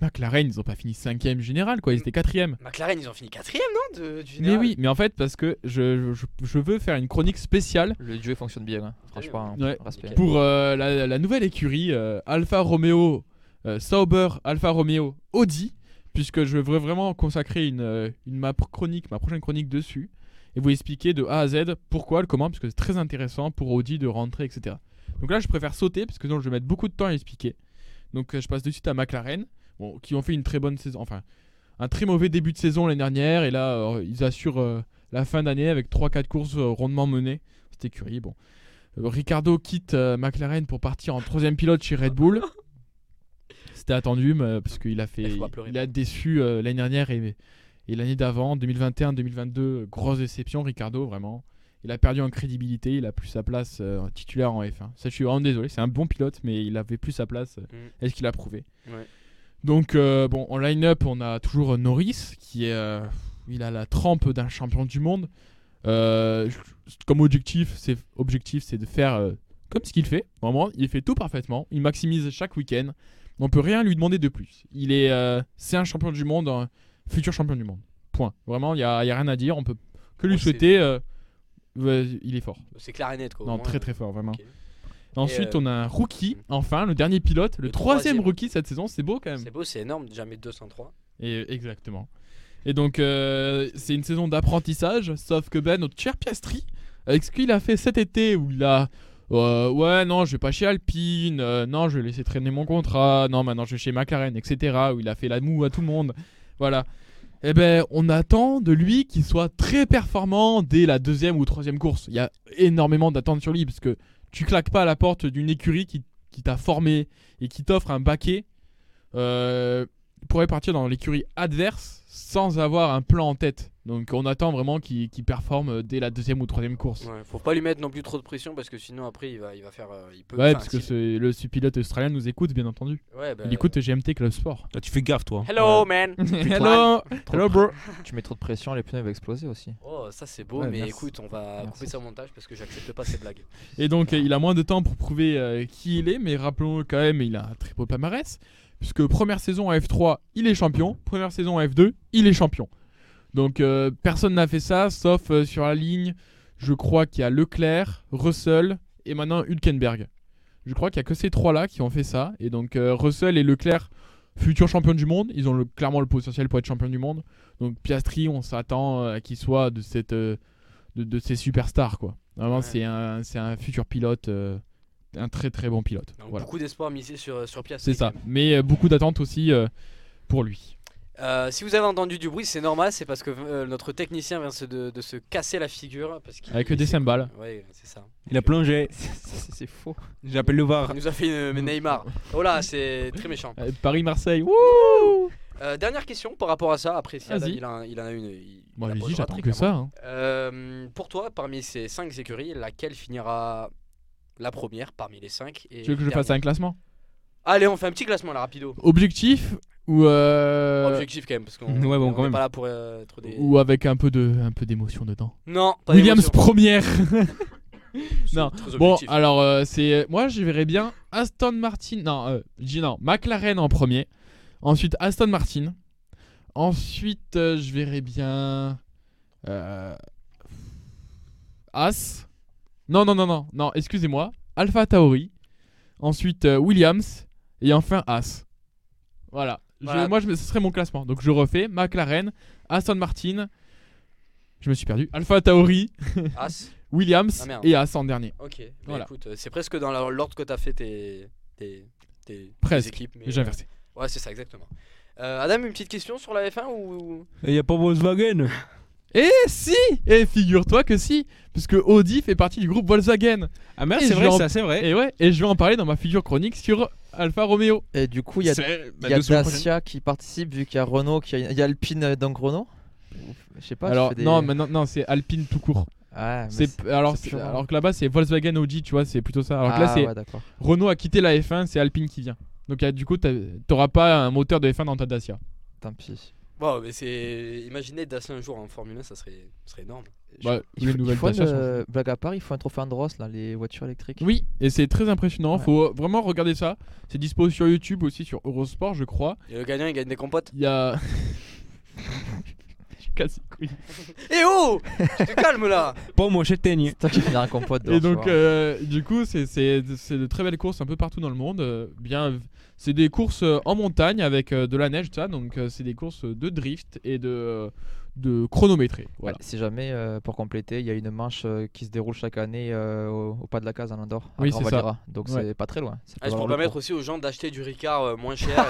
McLaren, ils ont pas fini cinquième général,
Euh,
quoi. Ils étaient quatrième.
McLaren, ils ont fini quatrième, non de- du
Mais
général
oui, mais en fait, parce que je, je, je veux faire une chronique spéciale
Le duo fonctionne bien, hein. franchement. hein.
Ouais.
Respect.
pour euh, la, la nouvelle écurie euh, Alfa Romeo, euh, Sauber, Alfa Romeo, Audi, puisque je veux vraiment consacrer une, euh, une ma pro- chronique, ma prochaine chronique dessus, et vous expliquer de A à Z pourquoi, le comment, parce que c'est très intéressant pour Audi de rentrer, etc. Donc là, je préfère sauter, parce que sinon je vais mettre beaucoup de temps à expliquer. Donc euh, je passe de suite à McLaren, bon, qui ont fait une très bonne saison, enfin, un très mauvais début de saison l'année dernière, et là, euh, ils assurent euh, la fin d'année avec 3-4 courses euh, rondement menées. Cette écurie, bon. Euh, Ricardo quitte euh, McLaren pour partir en troisième pilote chez Red Bull. C'était attendu mais, euh, parce qu'il a fait,
Il faut pas pleurer. hein.
il a déçu euh, l'année dernière et, et l'année d'avant, 2021-2022, grosse déception. Ricardo vraiment, il a perdu en crédibilité, il a plus sa place euh, titulaire en F1. Ça, je suis vraiment désolé. C'est un bon pilote, mais il avait plus sa place. euh.
Mm.
Est-ce qu'il a prouvé
Ouais.
Donc euh, bon, en line-up, on a toujours Norris qui est, euh, il a la trempe d'un champion du monde. Euh, je- comme objectif, c'est objectif, c'est de faire euh, comme ce qu'il fait. Vraiment, il fait tout parfaitement. Il maximise chaque week-end. On peut rien lui demander de plus. Il est, euh, c'est un champion du monde, un futur champion du monde. Point. Vraiment, il y a, il y a rien à dire. On peut que lui
Ouais, c'est-
souhaiter. euh, ouais, il est fort.
C'est clarinet, quoi. au
Non,
moins. euh,
très très fort, vraiment.
Ok.
Ensuite,
Et, euh,
on a un rookie. Enfin, le dernier pilote, le,
le
troisième
troisième.
rookie cette saison. C'est beau quand même.
C'est beau, c'est énorme, jamais 203.
Et exactement. Et donc, euh, c'est une saison d'apprentissage, sauf que Ben, notre cher Piastri, avec ce qu'il a fait cet été, où il a. euh, ouais, non, je vais pas chez Alpine, euh, non, je vais laisser traîner mon contrat, non, maintenant je vais chez McLaren, etc., où il a fait la moue à tout le monde. Voilà. Eh ben, on attend de lui qu'il soit très performant dès la deuxième ou troisième course. Il y a énormément d'attentes sur lui, parce que tu claques pas à la porte d'une écurie qui, qui t'a formé et qui t'offre un baquet. Euh, pourrait partir dans l'écurie adverse sans avoir un plan en tête. Donc on attend vraiment qu'il qu'il performe dès la deuxième ou troisième course. Ouais,
Ouais, faut pas lui mettre non plus trop de pression parce que sinon après il va, il va faire. euh, il peut, enfin,
parce que
s'il-
ce- le pilote australien nous écoute, bien entendu.
Ouais,
Euh,
bah,
Il écoute GMT Club Sport.
Là, tu fais gaffe, toi.
Hello man
Hello,
Trop
hello
de
bro.
Tu mets trop de pression, les pneus vont exploser aussi.
Oh, ça c'est beau,
Ouais,
mais
merci.
écoute, on va
Merci.
couper ça au montage parce que j'accepte pas ces blagues.
Et donc euh, il a moins de temps pour prouver euh, qui il est, mais rappelons quand même, il a un très beau palmarès. Puisque première saison à F3, il est champion. Première saison à F2, il est champion. Donc euh, personne n'a fait ça, sauf euh, sur la ligne, je crois qu'il y a Leclerc, Russell et maintenant Hülkenberg. Je crois qu'il y a que ces trois-là qui ont fait ça. Et donc euh, Russell et Leclerc, futurs champions du monde, ils ont le- clairement le potentiel pour être champion du monde. Donc Piastri, on s'attend à qu'il soit de, cette, euh, de, de ces superstars. Quoi. Vraiment,
Ouais.
c'est un, c'est un futur pilote, euh, un très très bon pilote.
Donc,
Voilà.
Beaucoup d'espoir misé sur, sur Piastri.
C'est ça.
quand même.
Mais euh, beaucoup d'attentes aussi euh, pour lui.
Euh, si vous avez entendu du bruit, c'est normal, c'est parce que euh, notre technicien vient se- de, de se casser la figure. Parce qu'il-
Avec le dessin de balle.
Ouais, c'est ça.
Il a plongé.
C'est faux.
J'appelle le VAR.
Il nous a fait une- mais Neymar. Oh là, c'est très méchant.
Euh, Paris-Marseille. wouh
Euh, dernière question par rapport à ça. Après, si Adam,
Vas-y.
il, en- il en a une. il- il
Moi,
la
j'ai dit,
posera
j'attends
très
que ça.
clairement.
hein.
Euh, pour toi, parmi ces 5 écuries, laquelle finira la première parmi les 5
Tu veux que je fasse un classement
Allez, on fait un petit classement là, rapido.
Objectif ou euh,
Objectif quand même, parce qu'on
ouais, bon,
on
quand
est
même.
pas là pour euh, être des.
ou avec un peu de un peu d'émotion dedans.
Non, pas
Williams
d'émotion.
première.
C'est
non.
très
Bon,
objectif.
alors euh, c'est moi je verrais bien Aston Martin. Non, euh, je dis non, McLaren en premier. Ensuite Aston Martin. Ensuite euh, je verrais bien euh, As. Non non non non non, excusez-moi. Alpha Tauri. Ensuite euh, Williams et enfin As. Voilà. Je-
Voilà.
moi je, me- ce serait mon classement. Donc je refais McLaren, Aston Martin. Je me suis perdu. Alpha Tauri,
As. Ah,
Williams
merde.
et As en dernier.
Ok. bah
Voilà.
écoute, euh, c'est presque dans la- l'ordre que t'as fait tes, tes, tes- tes
Presque,
équipes. Mais
J'ai inversé.
euh, ouais, c'est ça exactement. Euh, Adam, une petite question sur la F1 ou
Il n'y a pas Volkswagen.
Eh si Et figure-toi que si Puisque Audi fait partie du groupe Volkswagen.
Ah merde,
Et
c'est vrai,
Jean-
ça, c'est
Eh.
vrai.
Et ouais, et je vais en parler dans ma figure chronique sur Alfa Romeo.
Et du coup, il y a,
C'est- bah,
il y a
deux semaines
Dacia qui participe, vu qu'il y a Renault, qui a- il y a Alpine euh, dans Renault. Je sais pas. je
alors
fais des-
non, maintenant non, c'est Alpine tout court.
Ouais, mais
C'est alors
c'est
c'est-
purement-
alors que là-bas c'est Volkswagen Audi, tu vois, c'est plutôt ça. Alors que là
Ah,
c'est
ouais, d'accord.
Renault a quitté la F1, c'est Alpine qui vient. Donc y a- du coup t'as- t'auras pas un moteur de F1 dans ta Dacia.
Tant pis.
Bon, mais c'est. Imaginez Dacia un jour en Formule 1, ça serait, ça serait énorme.
Je-
Ouais, Bah, les
il faut- il
nouvelles
faut
Dacia
le-
sont-
Blague à part, il faut un trophée Andros là, les voitures électriques.
Oui, et c'est très impressionnant.
Ouais.
Faut vraiment regarder ça. C'est dispo sur YouTube aussi sur Eurosport, je crois.
Et le gagnant, il gagne des compotes.
Il y a. Je casse les couilles.
Eh oh Tu te calmes là
Pomme aux châtaignes.
C'est toi qui finis un compote dehors,
Et
tu
donc,
vois.
euh, du coup, c'est c'est- c'est de très belles courses un peu partout dans le monde. euh, bien, c'est des courses euh, en montagne avec euh, de la neige, tout ça. Donc, euh, c'est des courses de drift et de, euh, de chronométré. Voilà.
Ouais, Si jamais, euh, pour compléter, il y a une manche euh, qui se déroule chaque année euh, au, au pas de la case à Andorre. à
Oui,
Grand
c'est ça.
Valira. Donc
Ouais.
c'est pas très loin. Ça peut
ah, Je peux
valoir le
permettre
coup.
aussi aux gens d'acheter du Ricard euh, moins cher.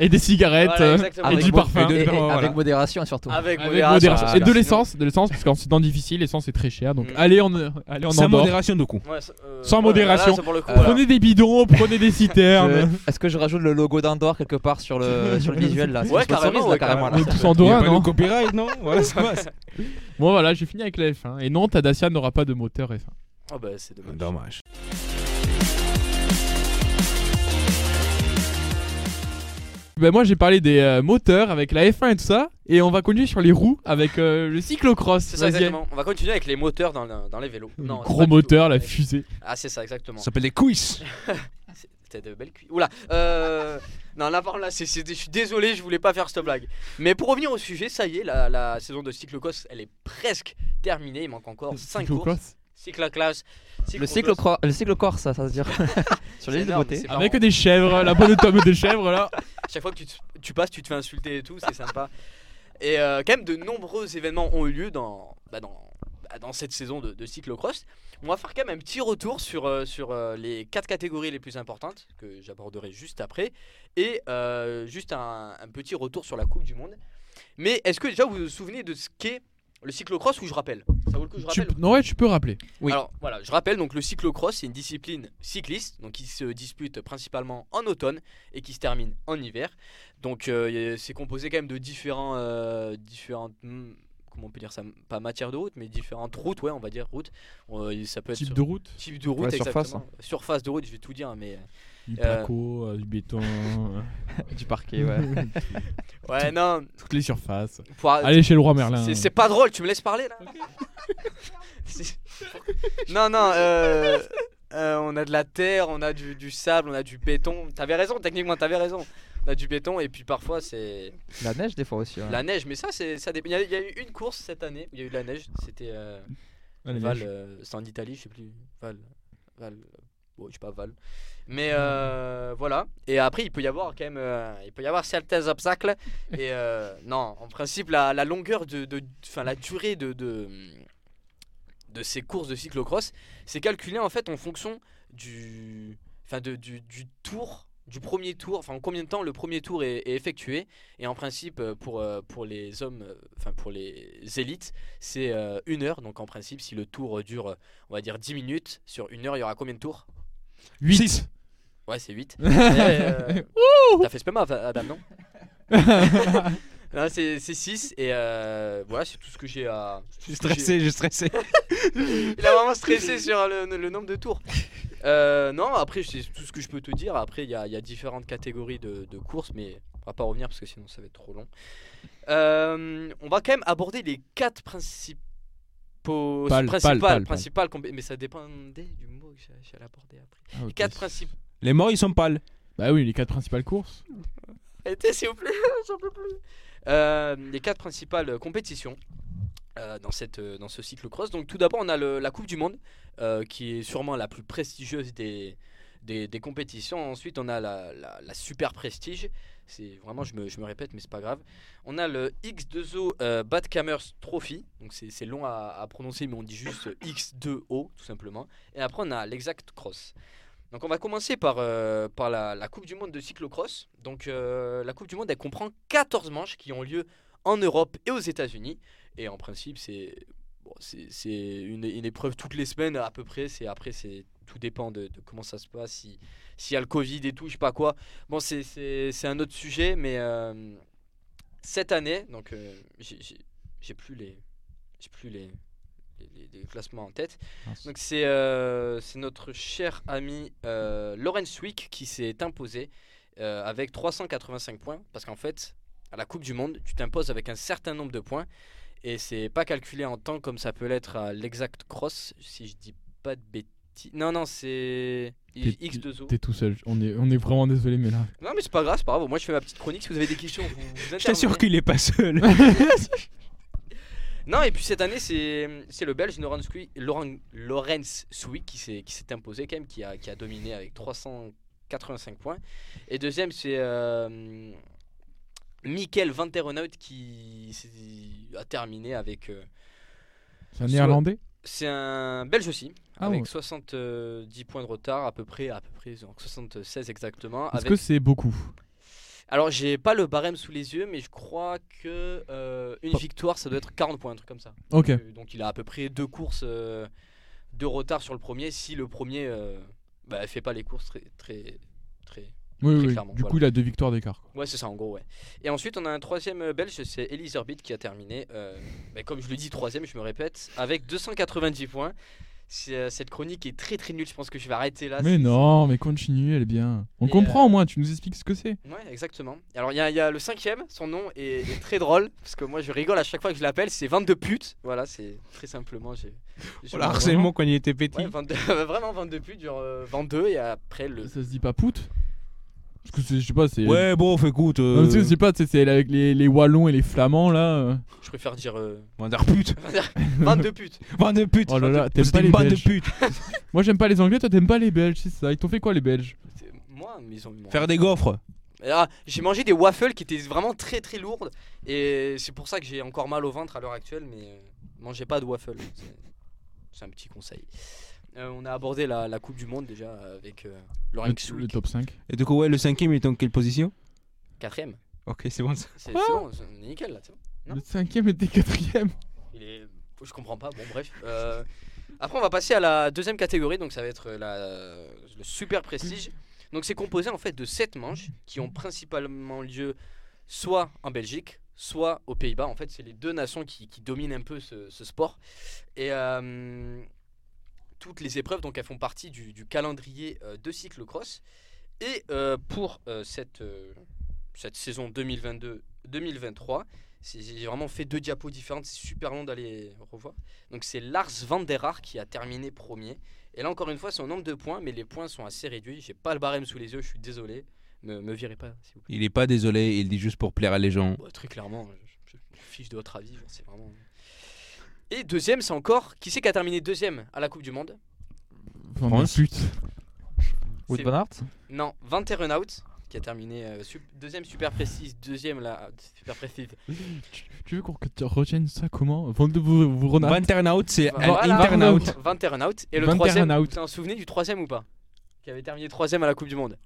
et-
et des cigarettes.
Voilà,
euh,
exactement.
et
Avec
du
mo-
parfum.
et de-
Et- et-
Voilà.
Avec modération surtout.
Avec,
Avec
modération. Ah,
modération.
parce
Et
que
de
sinon-
l'essence, de l'essence, parce qu'en c'est temps difficile, l'essence est très chère. Donc,
Mm.
allez en, euh, allez en
Sans
Andorre.
modération de coup.
Ouais, ça- euh,
Sans
ouais,
modération.
là, ça, pour le coup,
Euh,
voilà.
Prenez des bidons, prenez des
Je-
citernes.
Est-ce que je rajoute le logo d'Andorre quelque part sur le, sur le visuel là Ça
Ouais,
me sponsorise,
carrément,
là,
ouais,
carrément,
carrément.
là.
On est
ça
tous
peut-
en
Il n'y a
Andorra,
pas
non
de copyright, non Voilà, ça passe.
Bon, voilà, j'ai fini avec la F1. Et non, ta Dacia n'aura pas de moteur F1.
Ah bah, c'est dommage.
Dommage.
Ben moi j'ai parlé des euh, moteurs avec la F1 et tout ça, et on va continuer sur les roues avec euh, le cyclocross.
C'est ça
Vas-y.
exactement. On va continuer avec les moteurs dans, la- dans les vélos.
Le
Non, c'est pas
gros
du tout.
moteur, la
Ouais.
fusée.
Ah, c'est ça exactement.
Ça s'appelle des couisses.
C'était de belles cuisses. Oula. Euh... non, la parole là, c'est, c'est- je suis désolé, je voulais pas faire cette blague. Mais pour revenir au sujet, ça y est, la, la saison de cyclocross, elle est presque terminée. Il manque encore 5 courses.
Cyclocross.
Cyclocross.
Le cyclocro- le cyclocross, ça, ça se dire. Sur les îles de
énorme,
beauté.
c'est marrant.
Avec des chèvres, la bonne tombe des chèvres là.
Chaque fois que tu, te- tu passes, tu te fais insulter et tout, c'est sympa. Et euh, quand même, de nombreux événements ont eu lieu dans, bah, dans, bah, dans cette saison de, de cyclocross. On va faire quand même un petit retour sur, euh, sur euh, les quatre catégories les plus importantes que j'aborderai juste après. Et euh, juste un, un petit retour sur la Coupe du Monde. Mais est-ce que déjà vous vous souvenez de ce qu'est le cyclocross ou je rappelle Ça vaut le coup, que je
Tu
rappelle
p- non, ouais, tu peux rappeler.
oui. Alors voilà, je rappelle donc le cyclocross, c'est une discipline cycliste, donc qui se dispute principalement en automne et qui se termine en hiver. Donc euh, y a- c'est composé quand même de différents, euh, différentes, hmm, comment on peut dire ça, pas matière de route, mais différentes routes, ouais, on va dire routes. Euh, ça peut être
Type
sur-
de route,
type de route,
Ouais, surface,
exactement. Surface de route, je vais tout dire, mais
du
Euh,
placo, euh, du béton, euh,
du parquet, ouais.
ouais, non.
toutes les surfaces.
pour-
Allez chez le roi Merlin.
Ah, C'est- C'est pas drôle, tu me laisses parler là C'est- Non, non, euh, euh, on a de la terre, on a du, du sable, on a du béton. T'avais raison, techniquement, t'avais raison. On a du béton et puis parfois c'est
La neige, des fois aussi. ouais.
la neige, mais ça, c'est ça dépend. Il y, a- il y a eu une course cette année où il y a eu de la neige, c'était euh,
Allez,
Val,
neige.
euh, c'est en Italie, je sais plus. Val, Val, euh, bon, je sais pas Val. Mais euh, voilà. Et après, il peut y avoir quand même, euh, il peut y avoir certains obstacles. Et euh, non, en principe, la, la longueur de, de- enfin la durée de, de de ces courses de cyclocross, c'est calculé en fait en fonction du, enfin de- du, du tour, du premier tour, enfin en combien de temps le premier tour est, est effectué. Et en principe, euh, pour euh, pour les hommes, euh, enfin pour les élites, c'est euh, une heure. Donc en principe, si le tour dure, euh, on va dire 10 minutes, sur une heure, il y aura combien de tours
8
Ouais, c'est 8. T'as fait spam, Adam, non Non, c'est 6. Et euh, voilà, c'est tout ce que j'ai à.
Je suis stressé, je suis stressé.
Il a vraiment stressé sur le, le nombre de tours. Euh, non, après, c'est tout ce que je peux te dire. Après, il y a, il y a différentes catégories de, de courses, mais on va pas revenir parce que sinon ça va être trop long. Euh, on va quand même aborder les quatre principaux.
Pal,
principales,
pal, pal, pal.
principales compé- mais ça dépendait du mot que j'a- j'allais aborder après. Les quatre principales.
Les morts, ils sont pâles.
Ah, Bah oui, les quatre principales courses.
Arrêtez, s'il vous plaît, j'en peux plus. Euh, les quatre principales euh, compétitions euh, dans, cette, euh, dans ce cyclocross. Donc, tout d'abord, on a le- la Coupe du Monde, euh, qui est sûrement la plus prestigieuse des, des, des compétitions. Ensuite, on a la, la- la Super Prestige. C'est vraiment, je me, je me répète, mais c'est pas grave. On a le X2O euh, Badkamers Trophy. Donc, c'est c'est long à, à prononcer, mais on dit juste euh, X2O, tout simplement. Et après, on a l'Exact Cross. Donc on va commencer par, euh, par la, la Coupe du Monde de cyclocross. Donc euh, la Coupe du Monde, elle comprend 14 manches qui ont lieu en Europe et aux États-Unis. Et en principe, c'est bon, c'est- c'est une, une épreuve toutes les semaines à peu près. C'est après, c'est tout dépend de, de comment ça se passe. Si s'il y a le Covid et tout, je sais pas quoi. Bon, c'est- c'est c'est un autre sujet, mais euh, cette année, donc euh, j'ai- j'ai j'ai plus les j'ai plus les- les- les- les classements en tête.
Ah,
Donc c'est euh, c'est notre cher ami euh, Lawrence Wick qui s'est imposé euh, avec 385 points parce qu'en fait à la Coupe du Monde tu t'imposes avec un certain nombre de points et c'est pas calculé en temps comme ça peut l'être à l'exact cross si je dis pas de bêtises. Non non c'est
T'es-
X2O.
T'es tout seul. On est, on est vraiment désolé, mais là.
Non mais c'est pas grave c'est pas grave moi je fais ma petite chronique si vous avez des questions vous, vous
Je t'assure
intervenez.
qu'il est pas seul.
Non, et puis cette année, c'est c'est le Belge Laurence Cui- Laurent- Laurens Sui qui s'est qui s'est imposé, quand même, qui a, qui a dominé avec 385 points. Et deuxième, c'est euh, Michael Van Terenhout qui s'est- a terminé avec. euh,
C'est un
Soit-
néerlandais
c'est un Belge aussi,
Ah
avec
ouais.
70 points de retard, à peu près, à peu près donc 76 exactement.
Est-ce
avec-
que c'est beaucoup
Alors, j'ai pas le barème sous les yeux, mais je crois que euh, une
Pas-
victoire, ça doit être 40 points, un truc comme ça.
Ok.
Euh, Donc il a à peu près deux courses euh, de retard sur le premier si le premier euh, bah, fait pas les courses très très très.
Oui,
très
oui.
clairement,
Du
voilà.
coup, il a deux victoires d'écart. quoi.
Ouais c'est ça en gros ouais. Et ensuite on a un troisième euh, belge c'est Elie Zerbit qui a terminé euh, bah, comme je le dis troisième je me répète avec 290 points. C'est, euh, cette chronique est très très nulle je pense que je vais arrêter là.
Mais
Ah, c'est-
non, mais continue, elle est bien. On
Et,
comprend
euh,
au moins, tu nous expliques ce que c'est.
Ouais exactement. Alors il y, a- il y a le cinquième son nom est, est très drôle parce que moi je rigole à chaque fois que je l'appelle c'est 22 putes voilà c'est très simplement j'ai.
Oh,
j'ai-
le harcèlement quand il était petit.
Ouais, 22, vraiment 22 putes, genre euh, 22 et après le.
Ça se dit pas pout Parce que c'est- je sais pas, c'est.
Ouais, bon, fait écoute.
Non, mais tu sais,
Euh...
je sais pas, tu sais, c'est elle avec les, les Wallons et les Flamands là. euh.
Je préfère dire. euh,
Bande de pute.
22 putes.
Bande de pute.
Oh là là, t'aimes
Vous êtes
pas
une
les
bande de
Belges.
pute.
Moi j'aime pas les Anglais, toi t'aimes pas les Belges, c'est ça. Ils t'ont fait quoi les Belges
C'est- Moi, mais ils ont.
Faire des gaufres.
Ah, j'ai mangé des waffles qui étaient vraiment très très lourdes et c'est pour ça que j'ai encore mal au ventre à l'heure actuelle. Mais euh, mangez pas de waffles, c'est- c'est un petit conseil. Euh, on a abordé la, la Coupe du Monde déjà avec euh, Laurent
Le, le
Ksoulik,
top 5.
Et du coup, ouais, le cinquième, il est en quelle position
quatrième.
Ok, c'est bon ça.
C'est
Ah
c'est bon, c'est- on est nickel là. c'est bon. Non.
Le cinquième était quatrième.
Il est- Je comprends pas. Bon bref. Euh, Après on va passer à la deuxième catégorie, donc ça va être la... le super prestige. Donc c'est composé en fait de sept manches qui ont principalement lieu soit en Belgique, soit aux Pays-Bas. En fait, c'est les deux nations qui, qui dominent un peu ce, ce sport. Et euh, toutes les épreuves, donc elles font partie du, du calendrier euh, de cyclocross. Et euh, pour euh, cette, euh, cette saison 2022-2023, c'est- j'ai vraiment fait deux diapos différentes, c'est super long d'aller revoir. Donc c'est Lars van der Haar qui a terminé premier. Et là encore une fois, c'est au nombre de points, mais les points sont assez réduits. J'ai pas le barème sous les yeux, je suis désolé. Me, me virez pas, s'il vous plaît.
Il est pas désolé, il dit juste pour plaire à les gens.
Bah, très clairement, je, je- je fiche de votre avis, genre, c'est vraiment. Et deuxième, c'est encore qui c'est qui a terminé deuxième à la Coupe du Monde
Van der
France.
Put.
Wood
C'est-
Van Aert
Non, Van Out qui a terminé euh, sup- deuxième super précise, deuxième la super précise.
Tu, tu veux qu'on que tu retienne ça comment Van de vous, vous
Bah,
renard-
Vanternaut, c'est un
Voilà.
internaute.
Van Out et le
Van
troisième.
Terrenaut.
Vous vous en souvenez du troisième ou pas Qui avait terminé troisième à la Coupe du Monde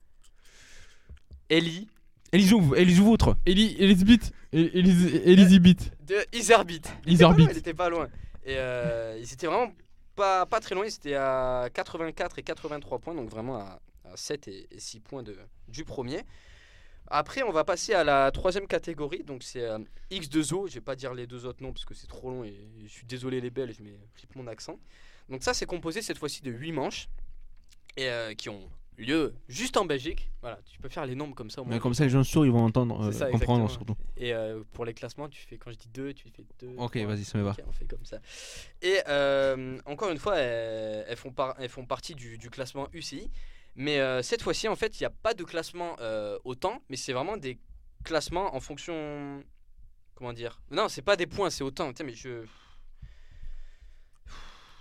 Ellie
Elisou, Elisou Voutre.
Eli- Elizabeth. El- Eliz- Elizabeth.
de Iserbit. Il était pas
Iserbit.
loin, Il était pas loin. Et euh, ils étaient vraiment pas, pas très loin. Ils étaient à 84 et 83 points, donc vraiment à, à 7 et, et 6 points de, du premier. Après, on va passer à la troisième catégorie. Donc, c'est euh, X2O. Je vais pas dire les deux autres noms parce que c'est trop long et, et je suis désolé, les Belges, mais flip mon accent. Donc, ça, c'est composé cette fois-ci de 8 manches et euh, qui ont lieu juste en Belgique. Voilà, tu peux faire les nombres comme ça au moins.
Comme ça, les gens sourds, ils vont entendre, euh,
C'est ça,
comprendre
exactement.
surtout.
Et euh, pour les classements, tu fais quand je dis 2, tu fais 2.
Ok, vas-y, ça me va.
on fait comme ça. Et euh, encore une fois, elles, elles font, par- elles font partie du, du classement UCI. Mais euh, cette fois-ci, en fait, il n'y a pas de classement euh, au temps, mais c'est vraiment des classements en fonction. Comment dire Non, c'est pas des points, c'est au temps. Putain, mais je.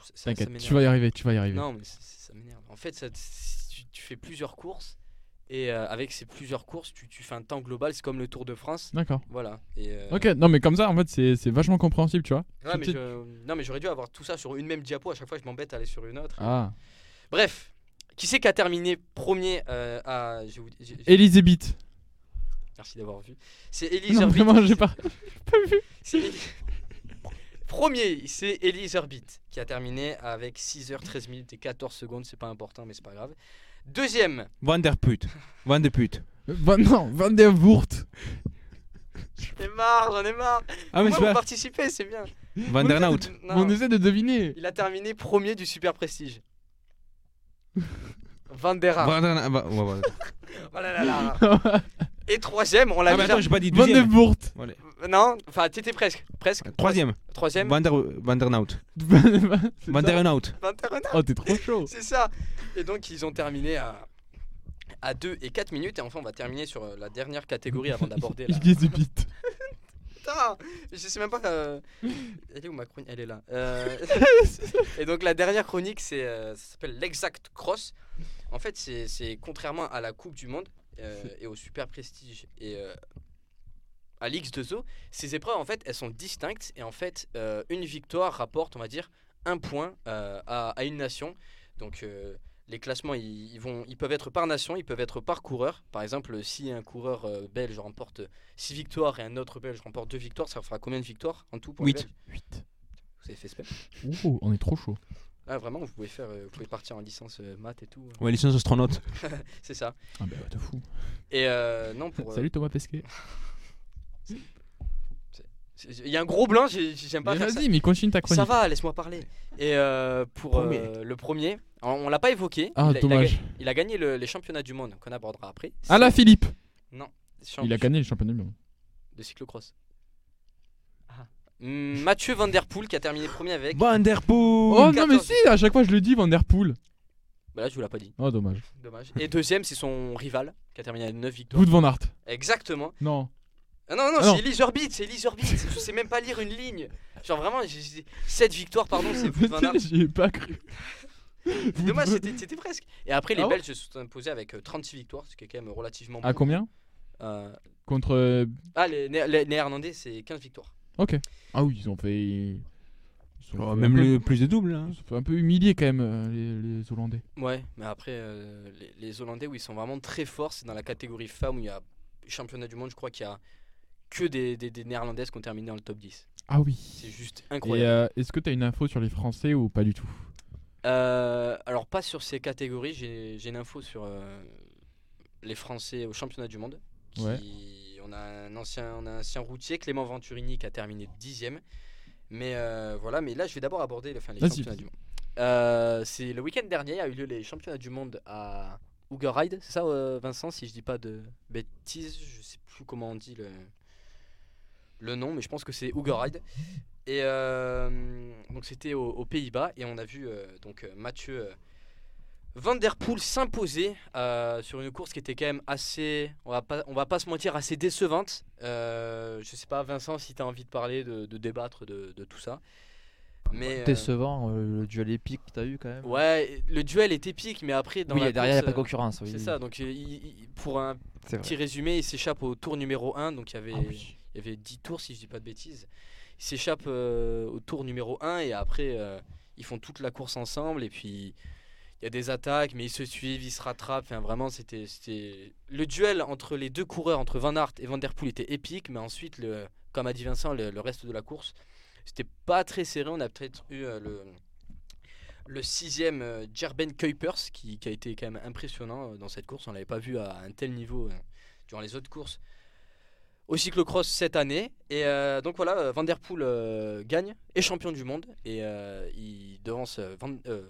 Ça- ça
T'inquiète,
m'énerve.
tu vas y arriver, tu vas y arriver.
Non, mais c- c- ça m'énerve. En fait, ça, si tu, tu fais plusieurs courses et euh, avec ces plusieurs courses, tu, tu fais un temps global. C'est comme le Tour de France.
D'accord.
Voilà. Et, euh,
Ok, non mais comme ça en fait c'est c'est vachement compréhensible tu vois.
ouais,
tu
mais
t'es-
je- Non, mais j'aurais dû avoir tout ça sur une même diapo. À chaque fois, je m'embête à aller sur une autre.
Ah.
Bref, qui c'est qui a terminé premier euh, à. je vous- j'ai- j'ai-
Elizabeth.
Merci d'avoir vu. C'est Elise
Non
Herbit.
vraiment j'ai pas.
C'est Eli- Premier, c'est Elise Herbit qui a terminé avec 6h13 minutes et 14 secondes. C'est pas important, mais c'est pas grave. Deuxième,
Vanderput. Vanderput.
Van, non, Van der Voort.
j'en ai marre, j'en ai marre.
Ah, mais
Moi,
c'est
vous
pas.
participez, c'est bien.
Vandernaut.
Non.
On essaie de deviner.
Il a terminé premier du Super Prestige. Van der
Ah.
Haar.
Vanderna- Va- bah, ouais, ouais.
Oh là là là.
Van
Et troisième, on l'a
Ah, mais
déjà.
attends, j'ai pas dit
der
deuxième.
Voort.
Voilà.
Non, enfin, t'étais presque. Presque.
Troisième.
Troisième.
Vander... Vandernaut.
C'est ça.
Vandernaut.
Van der Haar.
Oh t'es trop chaud.
C'est ça. Et donc, ils ont terminé à. À 2 et 4 minutes, et enfin on va terminer sur euh, la dernière catégorie avant d'aborder la.
Elizabeth.
Putain, je sais même pas. euh, Elle est où ma chronique Elle est là. Euh, Et donc la dernière chronique, c'est euh, ça s'appelle l'exact cross. En fait, c'est c'est contrairement à la Coupe du Monde euh, et au Super Prestige et euh, à l'X2O, ces épreuves en fait, elles sont distinctes et en fait, euh, une victoire rapporte, on va dire, un point euh, à, à une nation. Donc euh, les classements, ils, ils vont, ils peuvent être par nation, ils peuvent être par coureur. Par exemple, si un coureur euh, belge remporte 6 victoires et un autre belge remporte 2 victoires, ça fera combien de victoires en tout pour les
Huit.
Belges Vous avez fait spell
Oh, on est trop chaud.
Ah vraiment, vous pouvez faire, euh, vous pouvez partir en licence euh, maths et tout. euh,
Ouais, licence astronaute.
C'est ça.
Ah bah de fou.
Et euh, non pour. euh,
Salut Thomas Pesquet.
euh, c'est- Il y a un gros blanc, j'ai- j'aime pas
Mais
faire Bah, ça.
Vas-y, mais continue ta chronique.
Ça va, laisse-moi parler. Et euh, pour euh,
Premier.
le premier, on, on l'a pas évoqué. il,
Ah,
a, il a
dommage.
ga- il a gagné le- les championnats du monde qu'on abordera après.
Ah là Philippe.
Champ-
Il a gagné le championnat du monde.
de cyclocross.
Ah.
Hmm, Mathieu Van Der Poel qui a terminé premier avec.
Vanderpool.
Oh non mais
14.
si, à chaque fois je le dis Van der Poel.
Bah là je vous l'ai pas dit,
Oh dommage.
dommage. Et deuxième c'est son rival qui a terminé à 9 victoires.
Wood Van Aert.
Exactement.
Non.
Ah non, non,
Ah non.
c'est Elise Orbit, c'est Elise Orbit. je sais même pas lire une ligne. Genre vraiment, j'ai- j'ai- cette victoire, pardon, c'est Wout Van Aert.
J'y ai pas cru.
C'est Dommage, c'était c'était presque. Et après, les
Ah ouais
Belges se sont imposés avec euh, 36 victoires, ce qui est quand même relativement.
À
peu.
combien
Euh,
Contre. euh,
ah, les, Né- les Néerlandais, c'est 15 victoires.
Ok. Ah oui, ils ont fait. Ils sont fait un
même
peu-
le plus de double. hein.
ils sont fait un peu humiliés quand même, euh, les, les Hollandais.
Ouais, mais après, euh, les, les Hollandais, où ils sont vraiment très forts, c'est dans la catégorie femmes où il y a championnat du monde, je crois qu'il y a que des, des, des Néerlandaises qui ont terminé dans le top 10.
Ah oui.
C'est juste
Et
incroyable.
euh, est-ce que t'as une info sur les Français ou pas du tout
Euh, alors, pas sur ces catégories, j'ai j'ai une info sur euh, les Français au championnat du monde. qui-
Ouais.
on, a un ancien, on a un ancien routier, Clément Venturini, qui a terminé dixième. Mais euh, voilà, mais là, je vais d'abord aborder le- enfin, les
Vas-y,
championnats
vas-y.
du monde. Euh, c'est le week-end dernier a eu lieu les championnats du monde à Ougerheide, c'est ça euh, Vincent, si je dis pas de bêtises, je sais plus comment on dit le, le nom, mais je pense que c'est Ougerheide. Et euh, donc c'était au- aux Pays-Bas et on a vu euh, donc euh, Mathieu euh, Van Der Poel s'imposer euh, sur une course qui était quand même assez, on va pas, on va pas se mentir, assez décevante. Euh, je sais pas Vincent si tu as envie de parler, de, de débattre de, de tout ça. Mais, euh,
Décevant euh, le duel épique que t'as eu quand même.
Ouais, le duel est épique, mais après, dans
oui,
la
derrière il n'y a
course, euh,
pas de concurrence. oui.
C'est ça, donc euh, il- il- pour un
C'est vrai.
petit résumé, il s'échappe au tour numéro 1, donc il y avait,
Ah oui.
il y avait 10 tours si je dis pas de bêtises. Il s'échappe euh, au tour numéro 1 et après, euh, ils font toute la course ensemble et puis il y a des attaques, mais ils se suivent, ils se rattrapent. Enfin, vraiment, c'était, c'était... Le duel entre les deux coureurs, entre Van Aert et Van Der Poel, était épique, mais ensuite, le, comme a dit Vincent, le, le reste de la course, c'était pas très serré. On a peut-être eu euh, le, le sixième euh, Gerben Kuipers, qui, qui a été quand même impressionnant euh, dans cette course. On l'avait pas vu à un tel niveau euh, durant les autres courses au cyclocross cette année. Et euh, donc voilà, euh, Van Der Poel euh, gagne, est champion du monde, et euh, il devance euh, Van, euh,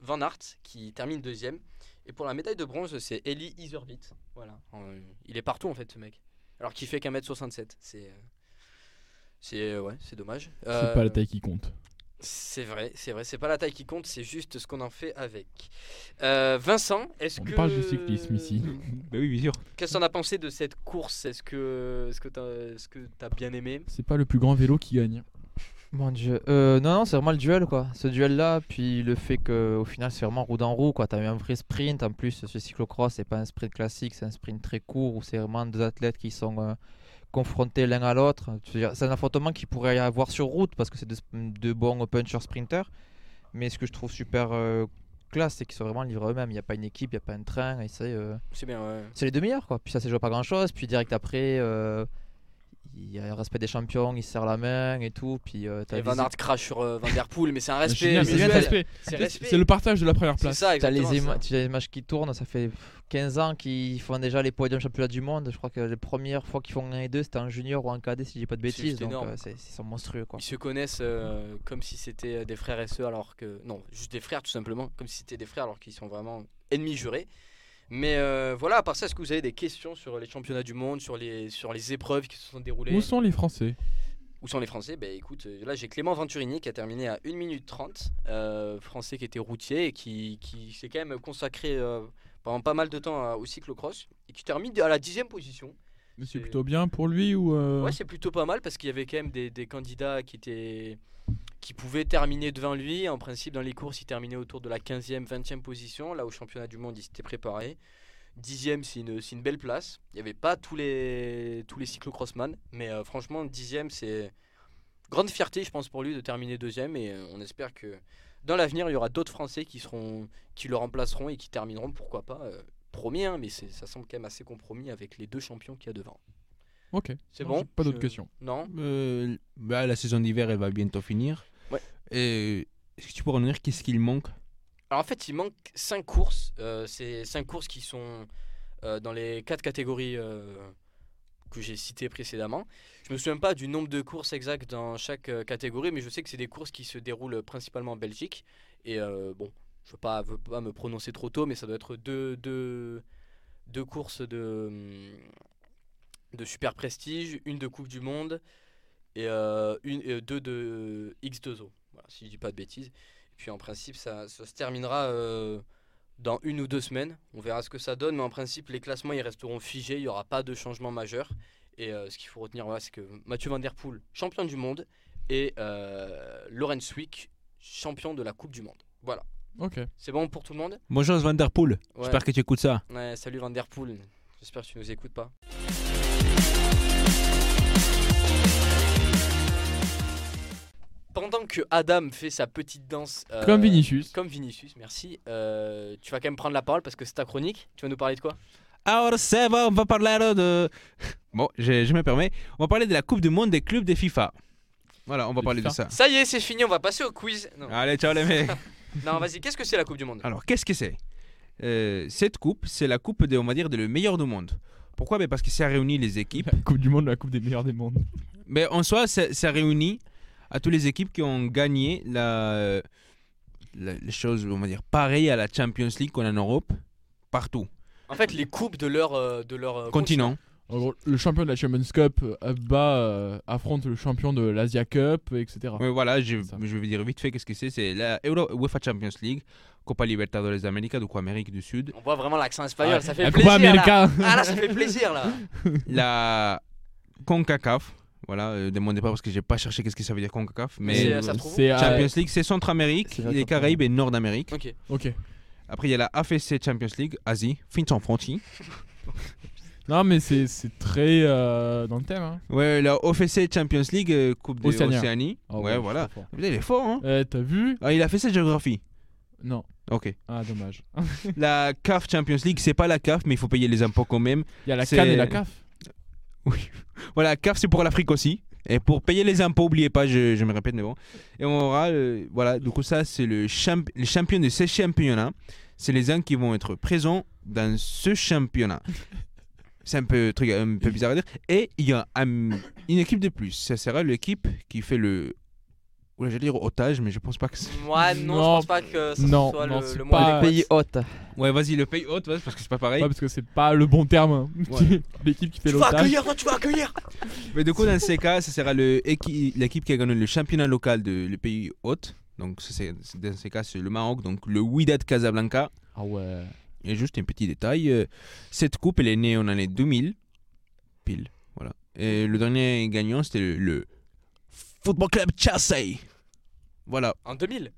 Van Aert, qui termine deuxième. Et pour la médaille de bronze, c'est Eli Iservit. Voilà. Euh, il est partout en fait, ce mec. Alors qu'il fait qu'un mètre 67. C'est. euh, C'est euh, ouais, c'est dommage.
C'est pas la taille qui compte.
C'est vrai, c'est vrai. C'est pas la taille qui compte, c'est juste ce qu'on en fait avec. Euh, Vincent, est-ce
On
que.
parle du cyclisme ici.
Bah oui, bien sûr.
Qu'est-ce que t'en as pensé de cette course Est-ce que est-ce que t'as est-ce que t'as bien aimé
C'est pas le plus grand vélo qui gagne.
Mon dieu. Euh, non, non, c'est vraiment le duel, quoi. Ce duel-là, puis le fait que au final, c'est vraiment roue dans roue, quoi. T'as eu un vrai sprint. En plus, ce cyclocross, c'est pas un sprint classique, c'est un sprint très court où c'est vraiment deux athlètes qui sont euh, confrontés l'un à l'autre. Je veux dire, C'est un affrontement qui pourrait y avoir sur route parce que c'est deux, sp- deux bons punchers sprinters. Mais ce que je trouve super euh, classe, c'est qu'ils sont vraiment livrés eux-mêmes. Il n'y a pas une équipe, il n'y a pas un train. Et c'est. euh,
C'est bien, ouais.
c'est les deux meilleurs quoi. Puis ça c'est joué à pas grand chose. Puis direct après, euh, il y a le respect des champions, ils se serrent la main et tout. Puis euh, t'as
Et
les,
Van Aert crache sur euh, Van Der Poel, mais c'est un
Ah,
respect.
génial,
mais
c'est bien
visuel.
le respect.
C'est
C'est-
respect.
C'est le partage de la première
C'est
place.
ça,
t'as les
exactement,
éma-
ça.
tu as les matchs qui tournent. Ça fait 15 ans qu'ils font déjà les podiums championnat du monde. Je crois que les premières fois qu'ils font un et deux, c'était en junior ou en cadet si je dis pas de
C'est juste
bêtises. Donc
énorme.
euh, c'est- ils sont monstrueux quoi.
Ils se connaissent euh, comme si c'était des frères et sœurs, alors que. Non, juste des frères, tout simplement. Comme si c'était des frères, alors qu'ils sont vraiment ennemis jurés. Mais euh, voilà, à part ça, est-ce que vous avez des questions sur les championnats du monde, sur les, sur les épreuves qui se sont déroulées
Où sont les Français
Où sont les Français Ben écoute, euh, là j'ai Clément Venturini qui a terminé à 1 minute 30, euh, français qui était routier et qui, qui s'est quand même consacré euh, pendant pas mal de temps à- au cyclocross et qui termine à la dixième position.
Mais
C'est-
C'est plutôt bien pour lui ou euh,
Ouais, c'est plutôt pas mal parce qu'il y avait quand même des, des candidats qui étaient qui pouvaient terminer devant lui. En principe, dans les courses, il terminait autour de la 15e, 20e position. Là, au championnat du monde, il s'était préparé. 10e, c'est une, c'est une belle place. Il n'y avait pas tous les, tous les cyclocrossman, mais euh, franchement, 10e, c'est grande fierté, je pense, pour lui de terminer deuxième. Et euh, on espère que dans l'avenir, il y aura d'autres Français qui, seront, qui le remplaceront et qui termineront, pourquoi pas, euh, premier, hein, mais c'est- ça semble quand même assez compromis avec les deux champions qu'il y a devant.
Ok.
C'est
Non,
bon
j'ai Pas d'autres
je-
questions.
Non
Euh, bah, la saison d'hiver, elle va bientôt finir.
Ouais.
Et est-ce que tu pourrais nous dire qu'est-ce qu'il manque
Alors en fait, il manque 5 courses. Euh, c'est 5 courses qui sont euh, dans les 4 catégories euh, que j'ai citées précédemment. Je me souviens pas du nombre de courses exactes dans chaque euh, catégorie, mais je sais que c'est des courses qui se déroulent principalement en Belgique. Et euh, bon, je veux pas, veux pas me prononcer trop tôt, mais ça doit être deux, deux, deux courses de, hum, de super prestige, une de Coupe du Monde et euh, une, et deux de X2O. Voilà, si je dis pas de bêtises. Puis en principe, ça, ça se terminera euh, dans une ou deux semaines. On verra ce que ça donne, mais en principe, les classements ils resteront figés. Il n'y aura pas de changement majeur. Et euh, ce qu'il faut retenir, voilà, c'est que Mathieu Van Der Poel, champion du monde, et euh, Lorenz Wick, champion de la Coupe du Monde. Voilà.
Ok.
C'est bon pour tout le monde
Bonjour Van Der Poel.
Ouais.
J'espère que tu écoutes ça.
Ouais, salut Van Der Poel. J'espère que tu nous écoutes pas. Pendant que Adam fait sa petite danse. euh,
Comme Vinicius.
Comme Vinicius, merci. euh, tu vas quand même prendre la parole parce que c'est ta chronique. Tu vas nous parler de quoi
Alors c'est bon, on va parler de... Bon, je, je me permets. On va parler de la Coupe du Monde des clubs de FIFA. Voilà, on va
De
parler de
FIFA.
ça.
Ça y est, c'est fini, on va passer au quiz. Non,
Ah.
Allez, ciao les mecs.
Non, vas-y, qu'est-ce que c'est la Coupe du Monde
Alors, qu'est-ce que c'est Euh, Cette coupe, c'est la coupe, de, on va dire, de le meilleur du monde. Pourquoi Ben, Parce que ça réunit les équipes.
La Coupe du Monde, la Coupe des meilleurs des mondes.
Mais en soi, ça, ça réunit à toutes les équipes qui ont gagné la, la- les choses, on va dire, pareilles à la Champions League qu'on a en Europe, partout.
En fait, les coupes de leur, euh, de leur euh,
Continent.
En gros, le champion de la Champions Cup euh, bat, euh, affronte le champion de l'Asia Cup, etc.
Ouais, voilà, je,
Ça.
je vais dire vite fait qu'est-ce que c'est. C'est la Euro UEFA Champions League, Copa Libertadores d'Amérique, donc Amérique du Sud,
On voit vraiment l'accent espagnol, ça fait
la
plaisir.
Coupe
là.
América.
Ah là, ça fait plaisir là.
la CONCACAF. Voilà, euh, demandez pas parce que j'ai pas cherché qu'est-ce que ça veut dire CONCACAF, mais
C'est- euh, ça se trouve
C'est euh, Ah à-
Champions League, c'est Centre-Amérique,
C'est vrai,
les
Centre-Amérique.
Caraïbes et Nord-Amérique.
Ok.
Ok.
Après, il y a la AFC Champions League, Asie, Finch en Frontier.
Non, mais c'est c'est très euh, dans le thème. Hein.
Ouais, la OFC Champions League, euh, Coupe de
Océania.
l'Océanie.
Oh,
ouais,
bon,
voilà.
je suis trop fort.
Putain, il est fort, hein
Eh, T'as vu
ah, Il a fait sa géographie.
Non.
Ok.
Ah, dommage.
la CAF Champions League, c'est pas la CAF, mais il faut payer les impôts quand même.
Il y a la
C'est-
CAN et la CAF.
Voilà, la CAF, c'est pour l'Afrique aussi. Et pour payer les impôts, oubliez pas, je, je me répète, mais bon. Et on aura, euh, voilà, du coup, ça, c'est le champ les champions de ces championnats. C'est les uns qui vont être présents dans ce championnat. C'est un peu, truc, un peu bizarre à dire. Et il y a un- une équipe de plus. Ça sera l'équipe qui fait le. Oula, j'allais dire otage, mais je pense pas que c'est.
Moi, non, je
Non.
pense pas que ça
Non,
soit
non,
le,
c'est
le
pas-
mot.
Ah,
Pays hôte.
Ouais, vas-y, le pays haute, vas-y, parce que c'est pas
Ouais,
pareil.
parce que c'est pas le bon terme. hein.
Ouais.
L'équipe qui fait
Tu vas
l'otage.
accueillir, toi, tu vas accueillir.
Mais du coup, dans ces cas, ce sera le équi- l'équipe qui a gagné le championnat local de le pays hôte. Donc, ça, c'est- c'est- dans ces cas, c'est le Maroc, donc le Wydad Casablanca.
Ah ouais.
Et juste un petit détail, euh, cette coupe, elle est née en année 2000, pile, voilà. Et le dernier gagnant, c'était le, le Football Club Chelsea. Voilà.
En 2000.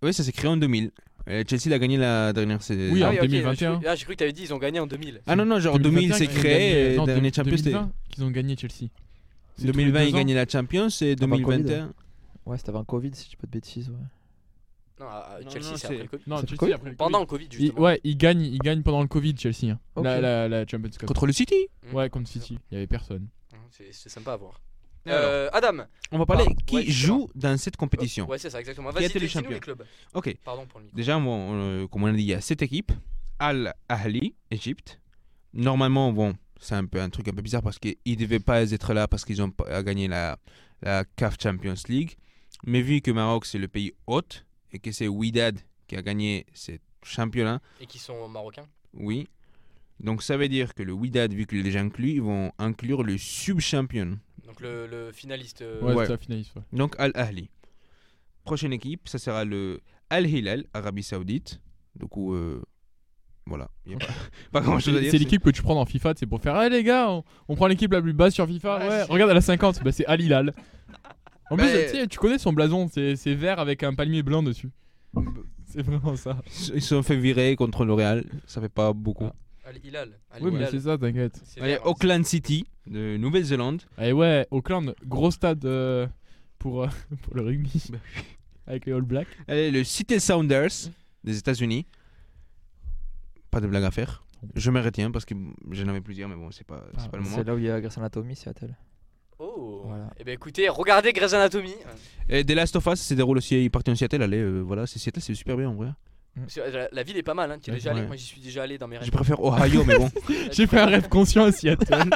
Oui, ça s'est créé en 2000. Euh, Chelsea l'a gagné la dernière saison.
Oui,
Ah
en
ok,
2021.
j'ai cru- Ah, j'ai cru que t'avais dit ils ont gagné en 2000.
Ah non, non, genre 2000, c'est créé, euh, dernier Champions, c'était-
Qu'ils ont gagné Chelsea. C'est tous les
2020,
deux
ils
ans
gagnaient la Champions, et
Avant le Covid.
2021...
Ouais, c'était avant le Covid, si je dis pas de bêtises. ouais.
Non, à- à
Non,
Chelsea,
non,
c'est
c'est-
après le Covid.
Non,
C'est
Chelsea
Covid
après le
Pendant
Covid.
le Covid,
Il-
justement.
Ouais, ils gagnent, ils gagnent pendant le Covid, Chelsea. hein.
Ok.
La, la, la Champions Cup.
Contre le City
Ouais, contre City. Il y avait personne.
Hein, C'est c'est sympa à voir.
Alors.
Euh, Adam.
On va parler
Pardon,
qui
ouais, justement.
joue dans cette compétition.
Ouais, c'est ça, exactement.
Qui a
Vas-y,
été le
dis-nous
champion
les clubs.
Ok.
Pardon pour le micro.
Déjà, bon, euh, comme on a dit, il y a cette équipe. Al Ahli, Égypte. Normalement, bon, c'est un peu un truc un peu bizarre parce qu'ils ne devaient pas être là parce qu'ils ont pas- gagné la, la CAF Champions League. Mais vu que Maroc, c'est le pays hôte et que c'est Widad qui a gagné ce championnat,
Et qui sont marocains.
oui. Donc ça veut dire que le Widad, vu qu'il est déjà inclus, ils vont inclure le sub-champion.
Donc le, le finaliste. euh,
Ouais,
Ouais.
c'est la finaliste. ouais.
Donc Al Ahli. Prochaine équipe, ça sera le Al Hilal, Arabie Saoudite. Du coup, euh, voilà. Il n'y a pas, pas grand chose à
C'est
dire.
c'est l'équipe que tu prends dans FIFA, c'est pour faire Eh les gars, on, on prend l'équipe la plus basse sur FIFA.
Ouais,
Ouais,
c'est-
regarde, elle a 50, bah, c'est Al Hilal. En plus,
Bah,
tu sais, tu connais son blason, c'est c'est vert avec un palmier blanc dessus.
Bah.
C'est vraiment ça.
Ils se sont fait virer contre le Real. Ça fait pas beaucoup.
Al Hilal. Al
Oui, mais
Hilal.
c'est ça, t'inquiète.
C'est
Allez,
vert, hein.
Auckland City, de Nouvelle-Zélande.
Et ouais, Auckland, gros stade euh, pour, euh, pour le rugby.
Bah
Avec les All Blacks.
Allez, le City Sounders, des États-Unis. Pas de blague à faire. Je me retiens parce que j'en avais plusieurs, mais bon, c'est pas, c'est
Ah,
pas le moment.
C'est là où il y a Grey's Anatomy, Seattle.
Oh.
Voilà.
Eh ben écoutez, regardez Grey's Anatomy.
Et The Last of Us se déroule aussi. Ils partent en Seattle. Allez, euh, voilà, c'est Seattle, c'est super bien en vrai.
Parce que La, la ville est pas mal, hein. T'y es
Ouais.
déjà allé
Ouais.
Moi, j'y suis déjà allé dans mes
Je
rêves.
préfère Ohio, mais bon.
J'ai fait un rêve conscient à Seattle.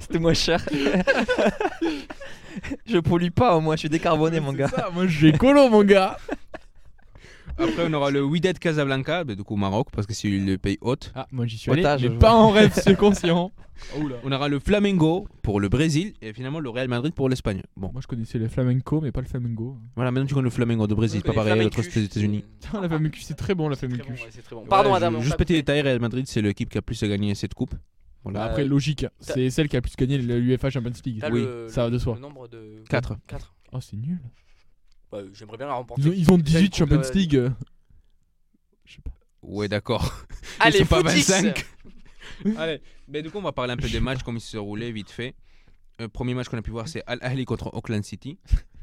C'était moins cher. je pollue pas, au moins, je suis décarboné, mon
C'est
gars.
ça, moi j'ai colo, mon gars.
Après, on aura le Wydad Casablanca, bah, du coup Maroc, parce que c'est le pays hôte.
Ah, moi j'y suis allé,
Otage,
mais
je
pas
vois.
en rêve, c'est conscient.
Oh,
Oula.
On aura le Flamengo pour le Brésil et finalement le Real Madrid pour l'Espagne. Bon,
Moi je connaissais les flamenco, mais pas le flamengo.
voilà, maintenant tu connais le Flamengo de Brésil, pas pareil avec les États-Unis.
Putain, la femme c'est très bon la
C'est
femme
très bon, ouais, c'est très bon. Pardon,
Voilà,
Adam.
ju-
on
Juste
t'a
petit
coupé.
détail, Real Madrid, c'est l'équipe qui a plus gagné cette coupe. Voilà.
Bah, Après, logique, hein. c'est celle qui a le plus gagné l'UEFA Champions League.
Bah, euh, T'as
oui,
le-
ça va de soi.
Le nombre de.
Quatre.
Quatre.
Oh, c'est nul.
Bah, euh, J'aimerais bien la remporter.
Ils ont, ils ont
Déjà,
18
une coupe de-
Champions League. euh, Je sais pas.
Ouais, d'accord.
Allez,
sont pas
footix.
25. Allez, mais du coup, on va parler un peu des matchs comme ils se déroulaient vite fait. Le premier match qu'on a pu voir, c'est Al Ahly contre Auckland City.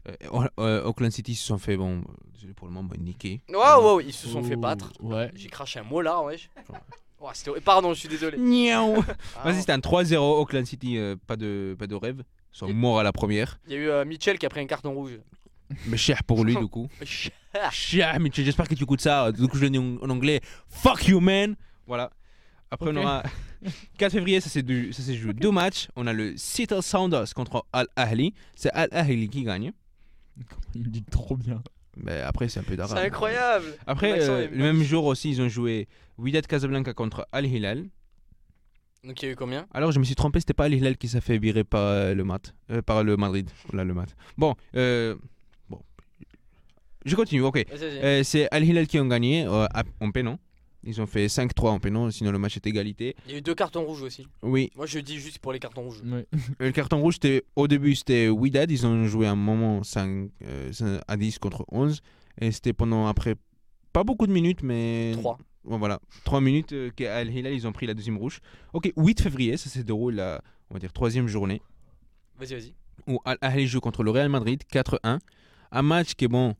Euh, euh, Auckland City se sont fait, bon, désolé pour le moment, bah, niquer.
Waouh, waouh, ils se sont
Oh.
fait
Ouh,
battre.
Oh, Ouais.
J'ai craché un mot là, wesh. Ouah, c'était horrible. Pardon, je suis désolé.
Niaou.
Ah,
Vas-y, c'était un 3-0 Auckland City, euh, pas, de, pas de rêve. Ils sont morts à la première.
Il y a eu euh, Mitchell qui a pris un carton rouge.
Mais cher pour lui, du coup. Cher, Mitchell, j'espère que tu écoutes ça. Euh, Du coup, je le dis en en anglais. Fuck you, man. Voilà. Après,
Ok.
on aura 4 février, ça s'est du- ça s'est joué deux matchs. On a le Seattle Sounders contre Al Ahly. C'est Al Ahly qui gagne.
Il me dit trop bien.
Mais après, c'est un peu d'arabe.
C'est incroyable. Ton
Après,
accent
euh,
est
le même jour aussi, ils ont joué Wydad Casablanca contre Al Hilal.
Donc il y a eu combien
Alors, je me suis trompé, c'était pas Al Hilal qui s'est fait virer par euh, le mat, euh, par le Madrid. Là, le mat. Bon, euh, bon, je continue. Ok,
Vas-y, vas-y.
Euh, c'est Al Hilal qui ont gagné euh, à- en pénant. Ils ont fait 5-3 en pénant, sinon le match est égalité.
Il y a eu deux cartons rouges aussi.
Oui, euh,
Moi je dis juste pour les cartons rouges.
Ouais.
le carton rouge, c'était au début, c'était Wydad. Ils ont joué un moment 5 euh, 5 à 10 contre 11. Et c'était pendant après pas beaucoup de minutes, mais
Trois.
Bon, voilà, 3 minutes euh, qu'à Al Hilal, ils ont pris la deuxième rouge. Ok, 8 février, ça se déroule la, on va dire, troisième journée,
Vas-y, vas-y.
où Al Ahly joue contre le Real Madrid, 4-1. Un match qui est bon,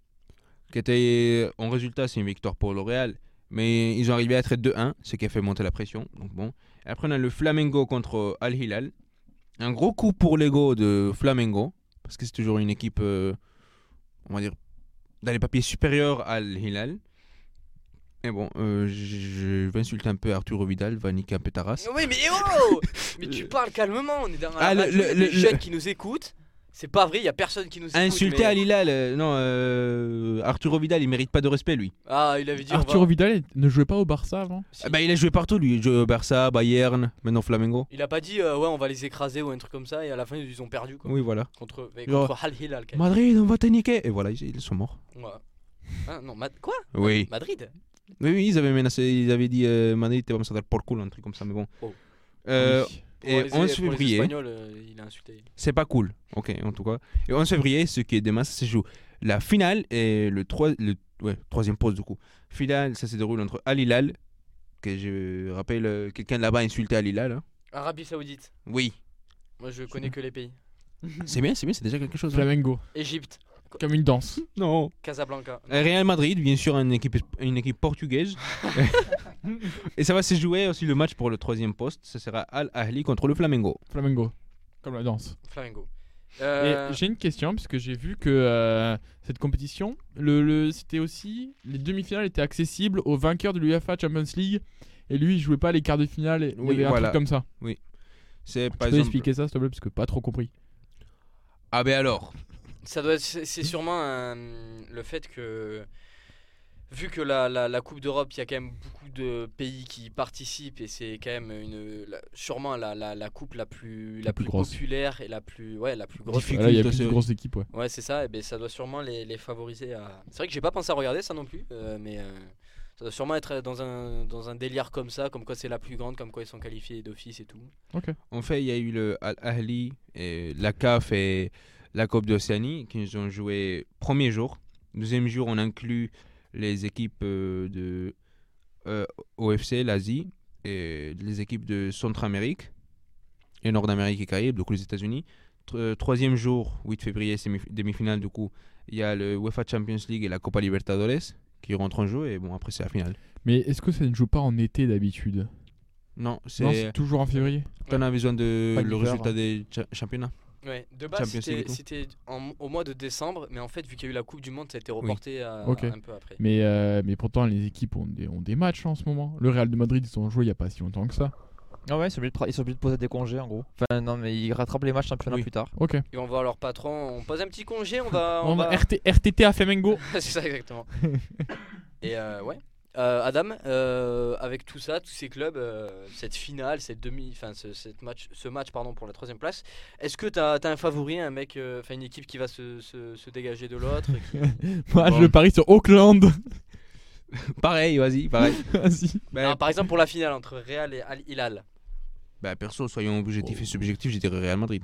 qui était euh, en résultat, c'est une victoire pour le Real, mais ils ont arrivé à être 2-1, ce qui a fait monter la pression. Donc bon. Après, on a le Flamengo contre euh, Al Hilal. Un gros coup pour l'ego de Flamengo, parce que c'est toujours une équipe, euh, on va dire, dans les papiers supérieurs à Al Hilal. Mais bon, euh, je je vais insulter un peu Arturo Vidal, va niquer un peu ta race.
Oui, mais oh Mais tu parles calmement, on est derrière
Ah,
la radio, il
le-
y a
le-
des
le-
jeunes qui nous écoutent. C'est pas vrai, il y a personne qui nous écoute.
Insulter
mais-
Al Hilal, euh, non, euh, Arturo Vidal, il mérite pas de respect lui.
Ah, il avait dit. on va-
Arturo Vidal ne jouait pas au Barça avant
Ah bah, il a joué partout lui, il joue au Barça, Bayern, maintenant Flamengo.
Il a pas dit euh, ouais, on va les écraser ou un truc comme ça, et à la fin ils ont perdu quoi.
Oui, voilà.
Contre, mais
Genre-
contre Al Hilal. quand même.
Madrid, on va te niquer. Et voilà, ils- ils sont morts.
Ouais. Hein, non, Mad- quoi
Oui.
Madrid
Oui, oui, ils avaient menacé, ils avaient dit euh, Madrid, t'es pas me pour cul, un truc comme ça, mais bon.
Oh.
Euh,
Oui.
Pour
et
les-
11
pour les
février,
Espagnols, euh, il a insulté.
c'est pas cool. Ok, en tout cas. Et 11 février, ce qui est demain, ça se joue. La finale et le, trois- le ouais, troisième pause du coup. Finale, ça se déroule entre Al Hilal, que je rappelle, euh, quelqu'un là-bas a insulté Al Hilal. hein.
Arabie Saoudite.
Oui.
Moi je connais que les pays.
C'est bien, c'est bien, c'est déjà quelque chose. hein.
Flamengo,
Égypte,
comme une danse.
Non.
Casablanca.
Euh, Real Madrid, bien sûr, une équipe, une équipe portugaise. et ça va se jouer aussi le match pour le troisième poste. Ce sera Al Ahly contre le Flamengo.
Flamengo, comme la danse.
Flamengo.
Et
Euh,
J'ai une question, parce que j'ai vu que euh, cette compétition, le, le- c'était aussi. Les demi-finales étaient accessibles aux vainqueurs de l'UEFA Champions League. Et lui, il jouait pas les quarts de finale. Et, il y
Oui,
avait un
voilà.
truc comme ça.
C'est
Tu
pas
peux expliquer ça, s'il te plaît, parce que pas trop compris.
Ah ben alors.
Ça doit être- c'est c'est sûrement un- le fait que vu que la, la, la Coupe d'Europe, il y a quand même beaucoup de pays qui participent et c'est quand même une la- sûrement la, la, la coupe la plus la
plus
plus,
grosse.
populaire et la plus ouais la plus grosse.
Difficile.
Là, il y a
Difficulté,
plus de
c'est-
grosses équipes, ouais.
Ouais, c'est ça et ben ça doit sûrement les, les favoriser à C'est vrai que j'ai pas pensé à regarder ça non plus euh, mais euh, ça doit sûrement être dans un dans un délire comme ça comme quoi c'est la plus grande comme quoi ils sont qualifiés d'office et tout.
En fait, il y a eu le Al Ahly, et la CAF et la Coupe d'Océanie qui nous ont joué premier jour. Deuxième jour, on inclut les équipes euh, de euh, OFC, l'Asie, et les équipes de Centre-Amérique, et Nord-Amérique et Caraïbes, donc les États-Unis. Tr- euh, Troisième jour, 8 février, sémi- demi-finale, du coup, il y a le UEFA Champions League et la Copa Libertadores qui rentrent en jeu, et bon, après, c'est la finale.
Mais est-ce que ça ne joue pas en été d'habitude
Non,
Non, c'est
c'est.
toujours en février.
T'en as besoin de
Pas
le
l'hiver,
résultat
hein.
des cha- championnats
Ouais, de base
Champions League et
c'était c'était
tout.
en- au mois de décembre mais en fait vu qu'il y a eu la Coupe du monde ça a été reporté à-
Ok.
un peu après.
Mais, euh, mais pourtant, les équipes ont des, ont des matchs en ce moment. Le Real de Madrid, ils ont joué il y a pas si longtemps que ça.
Non, Ah ouais, ils sont obligés de, tra- ils sont obligés de poser des congés en gros. Enfin, non, mais ils rattrapent les matchs championnat
Oui.
plus tard.
Ok.
Et on va voir leur patron, on pose un petit congé, on va.
On
On
bah,
va...
a RT RTT à Flamengo.
C'est ça exactement. Et euh, ouais. Euh, Adam, euh, avec tout ça, tous ces clubs, euh, cette finale, cette demi, enfin ce, cette match, ce match pardon pour la troisième place, est-ce que t'as as un favori, un mec, euh, enfin une équipe qui va se, se, se dégager de l'autre qui-
Moi,
Bon.
je parie sur Auckland.
Pareil, vas-y, pareil.
Vas-y.
Bah,
Ah, Par exemple pour la finale entre Real et Al Hilal.
bah, perso, soyons objectifs et subjectifs, je dirais Real Madrid.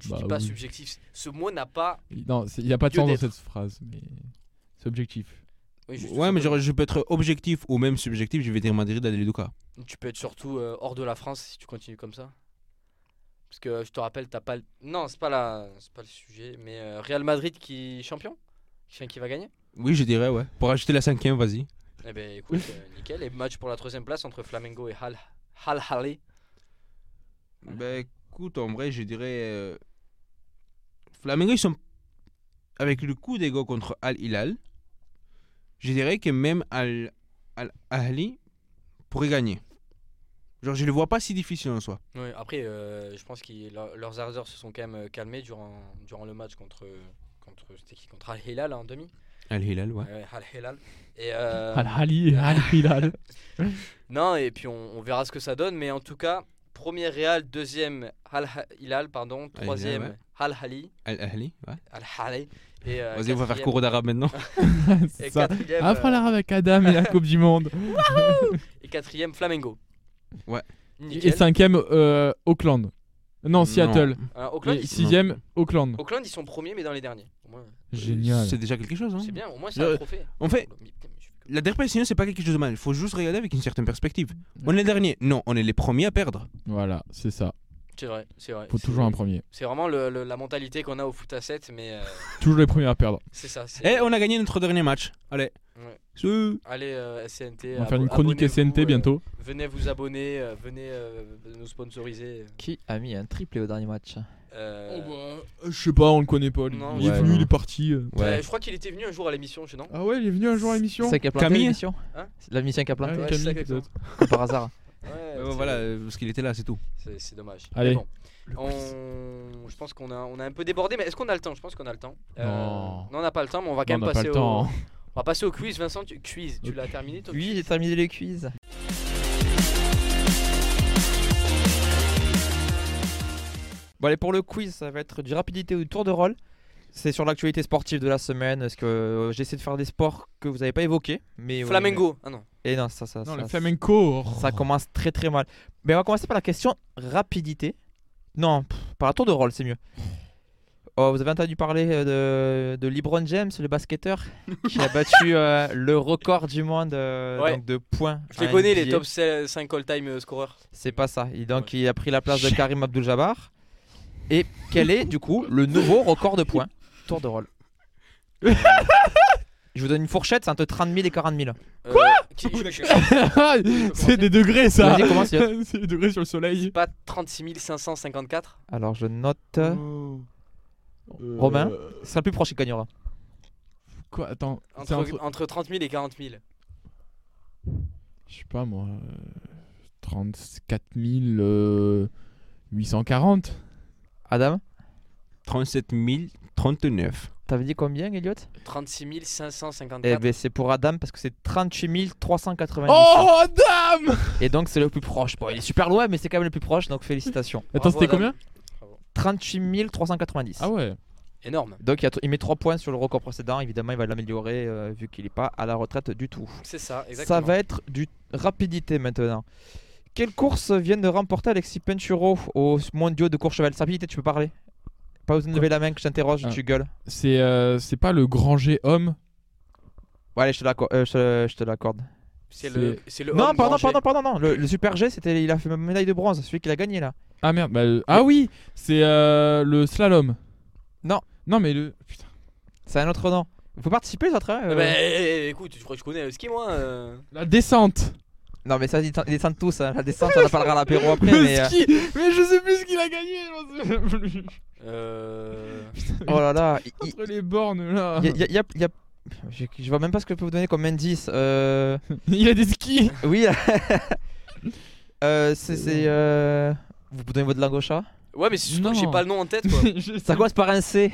Je
Bah
dis pas
oui.
subjectif. Ce mot n'a pas.
Non, c'est- il n'y a pas de
Lieu
sens dans
d'être.
cette phrase, mais c'est objectif.
Oui, juste
Ouais, mais
simplement.
genre, je peux être objectif ou même subjectif, je vais dire Madrid à Luka.
Tu peux être surtout euh, hors de la France si tu continues comme ça. Parce que euh, je te rappelle, t'as pas. le- Non, c'est pas la... c'est pas le sujet. Mais euh, Real Madrid qui est champion, Enfin, qui va gagner.
Oui, je dirais, ouais. Pour ajouter la cinquième, vas-y.
Eh ben écoute, euh, nickel. Et match pour la troisième place entre Flamengo et Hal Hal Hale.
Ben écoute, en vrai, je dirais. euh, Flamengo, ils sont. Avec le coup d'ego contre Al-Hilal, je dirais que même Al- Al-Ahli pourrait gagner. Genre, je le vois pas si difficile en soi.
Ouais, après, euh, je pense que leurs ardeurs se sont quand même euh, calmées durant, durant le match contre. contre C'était qui Contre Al Hilal en demi
Al-Hilal, ouais.
Ouais, Al Hilal. Et. euh,
Al-Hali, Al-Hilal.
Non, et puis on, on verra ce que ça donne, mais en tout cas, premier Real, deuxième Al Hilal, pardon, troisième
ouais.
Al Hali,
Al-Ahli, ouais.
Al Hali, et euh,
Vas-y, on va faire Ah,
quatrième-
cours d'arabe maintenant.
et
C'est ça.
quatrième,
Après
euh,
l'arabe avec Adam et la Coupe du Monde.
et quatrième Flamengo.
Ouais.
Et
Nickel.
cinquième, euh, Auckland. Non, Seattle.
Euh, Auckland,
Et
ils...
sixième, Auckland.
Auckland, ils sont premiers, mais dans les derniers. Au moins,
Génial.
C'est déjà quelque chose, hein.
c'est bien, au moins c'est un
Euh,
trophée.
en
Eh.
fait-
Mais putain, mais je suis con.
La dépression, c'est pas quelque chose de mal. Il faut juste regarder avec une certaine perspective. On est les derniers. Non, on est les premiers à perdre.
Voilà, c'est ça.
c'est vrai, c'est vrai.
Faut
c'est-
toujours un premier.
C'est vraiment le- le- la mentalité qu'on a au foot à 7, mais euh,
Toujours les premiers à perdre.
c'est ça. c'est-
Eh,
Et on a gagné notre dernier match. Allez.
Ouais.
C'est-
Allez, euh, SNT.
On va faire une
abo-
chronique
abonnez-vous,
SNT
euh,
bientôt.
Venez vous abonner, euh, venez euh, nous sponsoriser.
Qui a mis un triplé au dernier match
euh,
Je sais pas, on le connaît pas.
lui. Non,
il est
ouais,
venu,
non.
il est parti. euh.
Euh,
Ouais.
je crois qu'il était venu un jour à l'émission, je non
Ah ouais, il est venu un jour à l'émission.
C'est qui a planté
Camille
l'émission
Hein
C'est La mission qui a
Ah,
planté
Ouais,
Camille,
c'est ça,
peut-être.
comme par hasard.
Ouais,
Ouais,
c'est-
voilà, euh, parce qu'il était là, c'est tout.
C'est c'est dommage.
Allez.
Mais bon, on... Je pense qu'on a, on a un peu débordé, mais est-ce qu'on a le temps Je pense qu'on a le temps. Euh,
Non.
on n'a pas le temps, mais on va quand
Non,
même
on n'a pas
passer
le
au.
temps. hein.
On va passer au quiz, Vincent. Tu... Quiz, tu l'as terminé toi
Oui, j'ai terminé les quiz. Bon allez, pour le quiz, ça va être du rapidité ou du tour de rôle. C'est sur l'actualité sportive de la semaine. Parce que euh, j'essaie de faire des sports que vous n'avez pas évoqués. Mais
Flamengo. Ah non.
Et non, ça, ça,
Non,
ça,
le flamenco. oh.
ça commence très très mal. Mais on va commencer par la question rapidité. Non, pff, par la tour de rôle, c'est mieux. Oh, vous avez entendu parler euh, de, de LeBron James, le basketteur, qui a battu euh, le record du monde euh,
Ouais.
donc de points.
Je les
en
connais, les
NBA.
top 5 all-time euh, scoreurs.
C'est pas ça. Et donc, il a pris la place de Karim Abdul-Jabbar. Et quel est, du coup, le nouveau record de points Tour de rôle. Je vous donne une fourchette, c'est entre 30 000 et 40 000.
Euh, qui- je- je-
c'est des degrés ça.
Vas-y, commence, Yann.
C'est des degrés sur le soleil.
Pas 36 554
Alors, je note. euh, Romain Ce sera le plus proche qui gagnera.
Quoi Attends. c'est
entre,
entre-
entre 30 000 et 40 000.
Je sais pas moi. euh, 34 euh, 840.
Adam
37 039.
T'avais dit combien, Elliot
36
Eh
554.
ben c'est pour Adam parce que c'est 38 390.
Oh dame
Et donc c'est le plus proche. Bon, il est super loin mais c'est quand même le plus proche donc félicitations.
Attends,
Bravo,
c'était
Adam.
combien
38 390.
Ah ouais.
Énorme.
Donc il, a t- il met 3 points sur le record précédent, évidemment il va l'améliorer euh, vu qu'il n'est pas à la retraite du tout.
C'est ça,
Ça
exactement.
va être du rapidité maintenant. Quelle course viennent de remporter Alexis Penchuro aux mondiaux de Courchevel Rapidité tu peux parler Pas besoin de lever la main que je t'interroge,
Ah.
tu gueules.
C'est euh, c'est pas le grand G homme.
Bon allez je te l'acco- euh, je te- je te l'accorde.
C'est le, c'est le
Non,
homme
pardon,
rangé.
pardon, pardon, non. Le, le Super G, c'était, il a fait ma médaille de bronze, celui qu'il a gagné là.
Ah merde. bah, euh, ah oui, c'est euh, le slalom.
Non.
Non mais le. Putain.
C'est un autre nom. Vous participer, les autres hein,
Eh
euh.
ben, eh, eh, écoute, tu crois que je connais le ski, moi euh
La descente.
Non, mais ça, ils descendent- ils descendent tous. hein. La descente, on en parlera à l'apéro après.
le
mais, euh,
ski. Mais je sais plus ce qu'il a gagné. j'en sais plus.
Euh,
Oh là là. il-
Entre les bornes là.
il- il- il y a- il y a- il y a- Je, je vois même pas ce que je peux vous donner comme indice. Euh...
Il a des skis.
Oui. euh, c'est. c'est, euh, Vous donnez votre langue au chat
Ouais, mais c'est surtout que
Non.
j'ai pas le nom en tête, quoi.
Je sais
Ça commence par un C.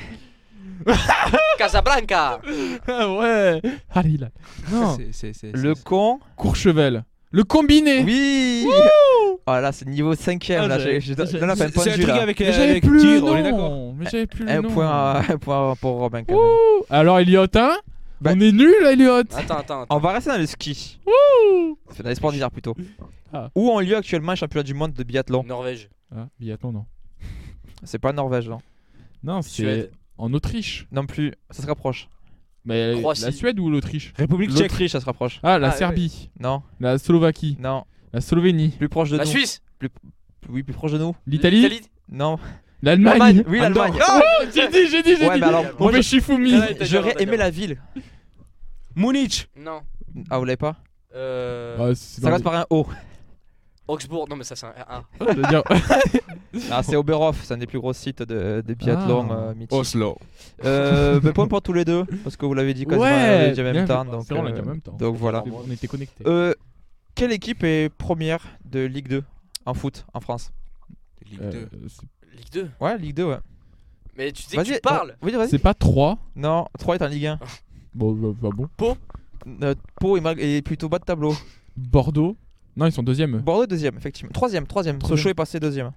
Casablanca
Ah ouais Allez là Non
C'est- c'est- c'est-
Le
c'est-
con.
Courchevel Le combiné
Oui Oh là, c'est niveau 5ème.
Ah,
là,
j'avais-
j'ai- j'ai- là,
j'ai-
on a fait un
c'est-
point
c'est
de
un
vue,
truc
là.
avec,
Mais
euh,
j'avais
avec
plus
tir,
le
on est d'accord
nom Mais j'avais plus le
Un
nom
point, un point pour Robin quand même.
Ouh. Alors Elliot hein
Bah-
On est nul Elliot
Attends, attends, attends.
On va rester dans le ski. C'est dans les sports d'hiver plutôt.
Ah.
Où ont lieu actuellement les championnats du monde de biathlon
Norvège,
Ah, biathlon non
C'est pas Norvège, hein. non
Non c'est
Suède,
en Autriche
Non plus, ça se rapproche.
Mais
Croatie.
la Suède ou l'Autriche
République tchèque.
L'Autriche, ça se rapproche.
Ah, la
Ah, oui,
Serbie,
Non,
la Slovaquie,
non.
la Slovénie,
Plus proche de
La
nous.
Suisse
Oui, plus proche de nous.
l'Italie,
Non.
l'Allemagne. Ah,
Oui,
Andorre.
l'Allemagne.
J'ai dit, j'ai dit, j'ai
Ouais,
dit.
mais alors,
On
moi,
fait
je-
Shifumi.
Ah, ouais.
j'aurais
T'as dit
aimé la ville.
Munich.
Non.
Ah, vous l'avez pas
Euh.
Ah, c'est
Ça
dans
passe par un O.
Augsbourg, non mais ça c'est un. un.
les- je veux dire-
Ah, c'est Oberhof, c'est un des plus gros sites de, de biathlon
Ah.
euh, mythique.
Oslo.
Euh, mais point pour tous les deux, parce que vous l'avez dit quasiment
Ouais,
euh, déjà en
bien
même temps.
joué.
Donc,
C'est vrai, on l'a
euh,
dit en même temps.
donc voilà.
On était connectés.
Euh, quelle équipe est première de Ligue 2 en foot en France
Ligue
Euh,
2.
c'est-
Ligue 2.
Ouais, Ligue 2, ouais.
Mais tu sais que
Vas-y,
tu parles.
Oui, vas-y.
C'est pas 3.
Non, 3 est en Ligue 1.
Bon, bah, bah, bon.
Ah.
Euh, Pau est, mal- est plutôt bas de tableau.
Bordeaux. Non, ils sont deuxième.
Bordeaux est deuxième, effectivement. Troisième, troisième.
Troisième.
Sochaux est passé deuxième.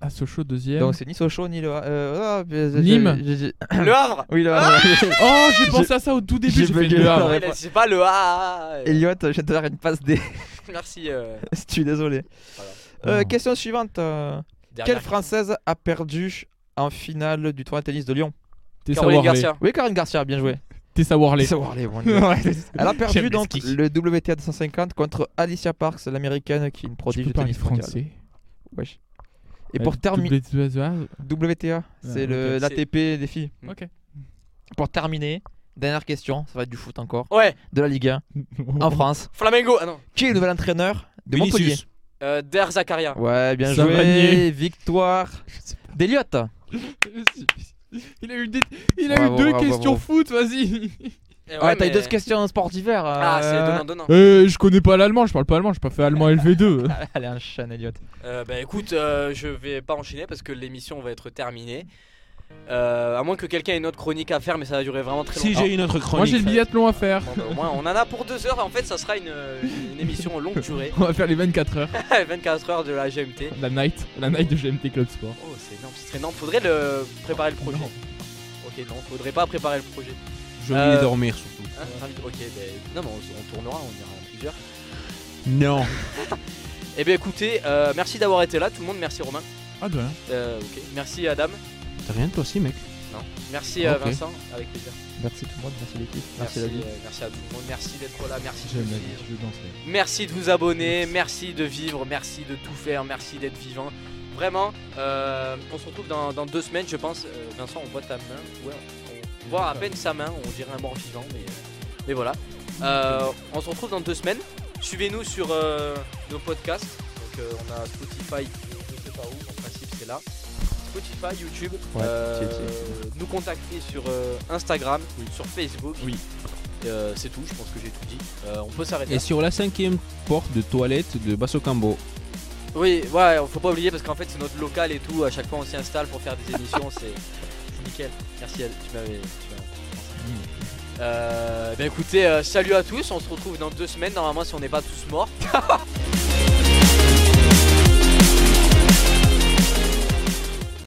Ah, Sochaux deuxième.
Donc c'est ni Sochaux ni le. Euh, ah, je- je-
Nîmes.
je- je-
Le Havre.
Oui, le.
Ah
Havre.
Oh, j'ai pensé à ça au tout début.
j'ai
J'ai fait
bugué
le
là.
Havre.
Non,
Ah ouais,
il a
ouais.
dit, c'est pas le A.
Elliot, je viens de faire une passe D.
Merci. euh,
Je suis désolé.
Voilà.
Euh,
Ah.
question suivante. euh,
dernière
Quelle Française a perdu en finale du tournoi de tennis de Lyon
Tessa
Caroline
Worley.
Garcia.
Oui, Karine Garcia, bien joué.
Tessa Worley.
C'est Worley, bon, Dieu.
Ouais,
Elle a
J'aime
perdu
les
donc
skis.
le WTA 250 contre Alicia Parks, l'américaine qui est une
Tu
prodige
peux
de
parler
tennis mondial.
français.
Wesh. Et pour terminer,
terminer.
WTA, c'est
ok.
le-
C'est-
l'ATP des filles.
Ok.
Pour terminer, dernière question, ça va être du foot encore,
Ouais.
de la Ligue 1 en France.
Flamengo. Ah non.
Qui est le nouvel entraîneur de Montpellier
Vinicius.
Euh, Der Zakaria.
Ouais, bien
Savanier.
joué, victoire d'Eliott.
Il a eu, des- il a eu
Bravo,
deux
bravo,
questions
bravo.
foot, vas-y.
Eh
Ouais, t'as eu
mais-
deux questions sportives.
Ah, c'est
euh,
donnant donnant.
Euh, je connais pas l'allemand, je parle pas allemand, j'ai pas fait allemand LV2.
Elle est un chien, Elliot.
Euh, bah écoute, euh, je vais pas enchaîner parce que l'émission va être terminée. Euh, à moins que quelqu'un ait une autre chronique à faire, mais ça va durer vraiment très
Si
longtemps.
j'ai une autre
Ah. Moi
chronique.
j'ai le biathlon à faire.
Bon, bah, au moins, on en a pour deux heures. En fait, ça sera une, une émission longue durée,
On va faire les 24 heures.
24 heures de la GMT.
La night, la night de GMT Club Sport.
Oh, c'est énorme, ce serait énorme. Faudrait le préparer le projet.
Non.
Ok, non, faudrait pas préparer le projet.
Je vais
Euh,
dormir surtout.
Hein, invite- ok, bah, non, mais on, on tournera, on ira en plusieurs.
Non.
Eh bien, écoutez, euh, merci d'avoir été là, tout le monde. Merci Romain.
Ah de rien.
Euh, ok. Merci Adam.
T'as rien toi aussi, mec.
Non. Merci euh,
Ok.
Vincent, avec plaisir.
Merci tout le monde, merci l'équipe, merci,
Merci,
la vie.
euh, merci à tout le monde, merci d'être là, merci de
J'aime la
venir.
vie, je veux danser.
Merci de vous abonner, merci de vivre, merci de tout faire, merci d'être vivant. Vraiment, euh, on se retrouve dans, dans deux semaines, je pense. Euh, Vincent, on voit ta main. Ouais, on voit à peine sa main, on dirait un mort vivant, mais, euh, mais voilà. Euh, on se retrouve dans deux semaines. Suivez-nous sur euh, nos podcasts. Donc, euh, on a Spotify, je sais pas où, en principe, c'est là. Spotify, YouTube.
Ouais,
Euh,
c'est- c'est-
nous contacter sur euh, Instagram, sur Facebook.
Oui.
Euh, c'est tout, je pense que j'ai tout dit. Euh, on peut s'arrêter.
Et sur la cinquième porte de toilette de Basso-Cambo.
Oui, ouais, faut pas oublier parce qu'en fait c'est notre local et tout. À chaque fois on s'y installe pour faire des émissions, c'est c'est nickel. Merci, Al, tu m'avais. tu m'avais- Euh, ben écoutez, euh, salut à tous. On se retrouve dans deux semaines. Normalement, si on n'est pas tous morts.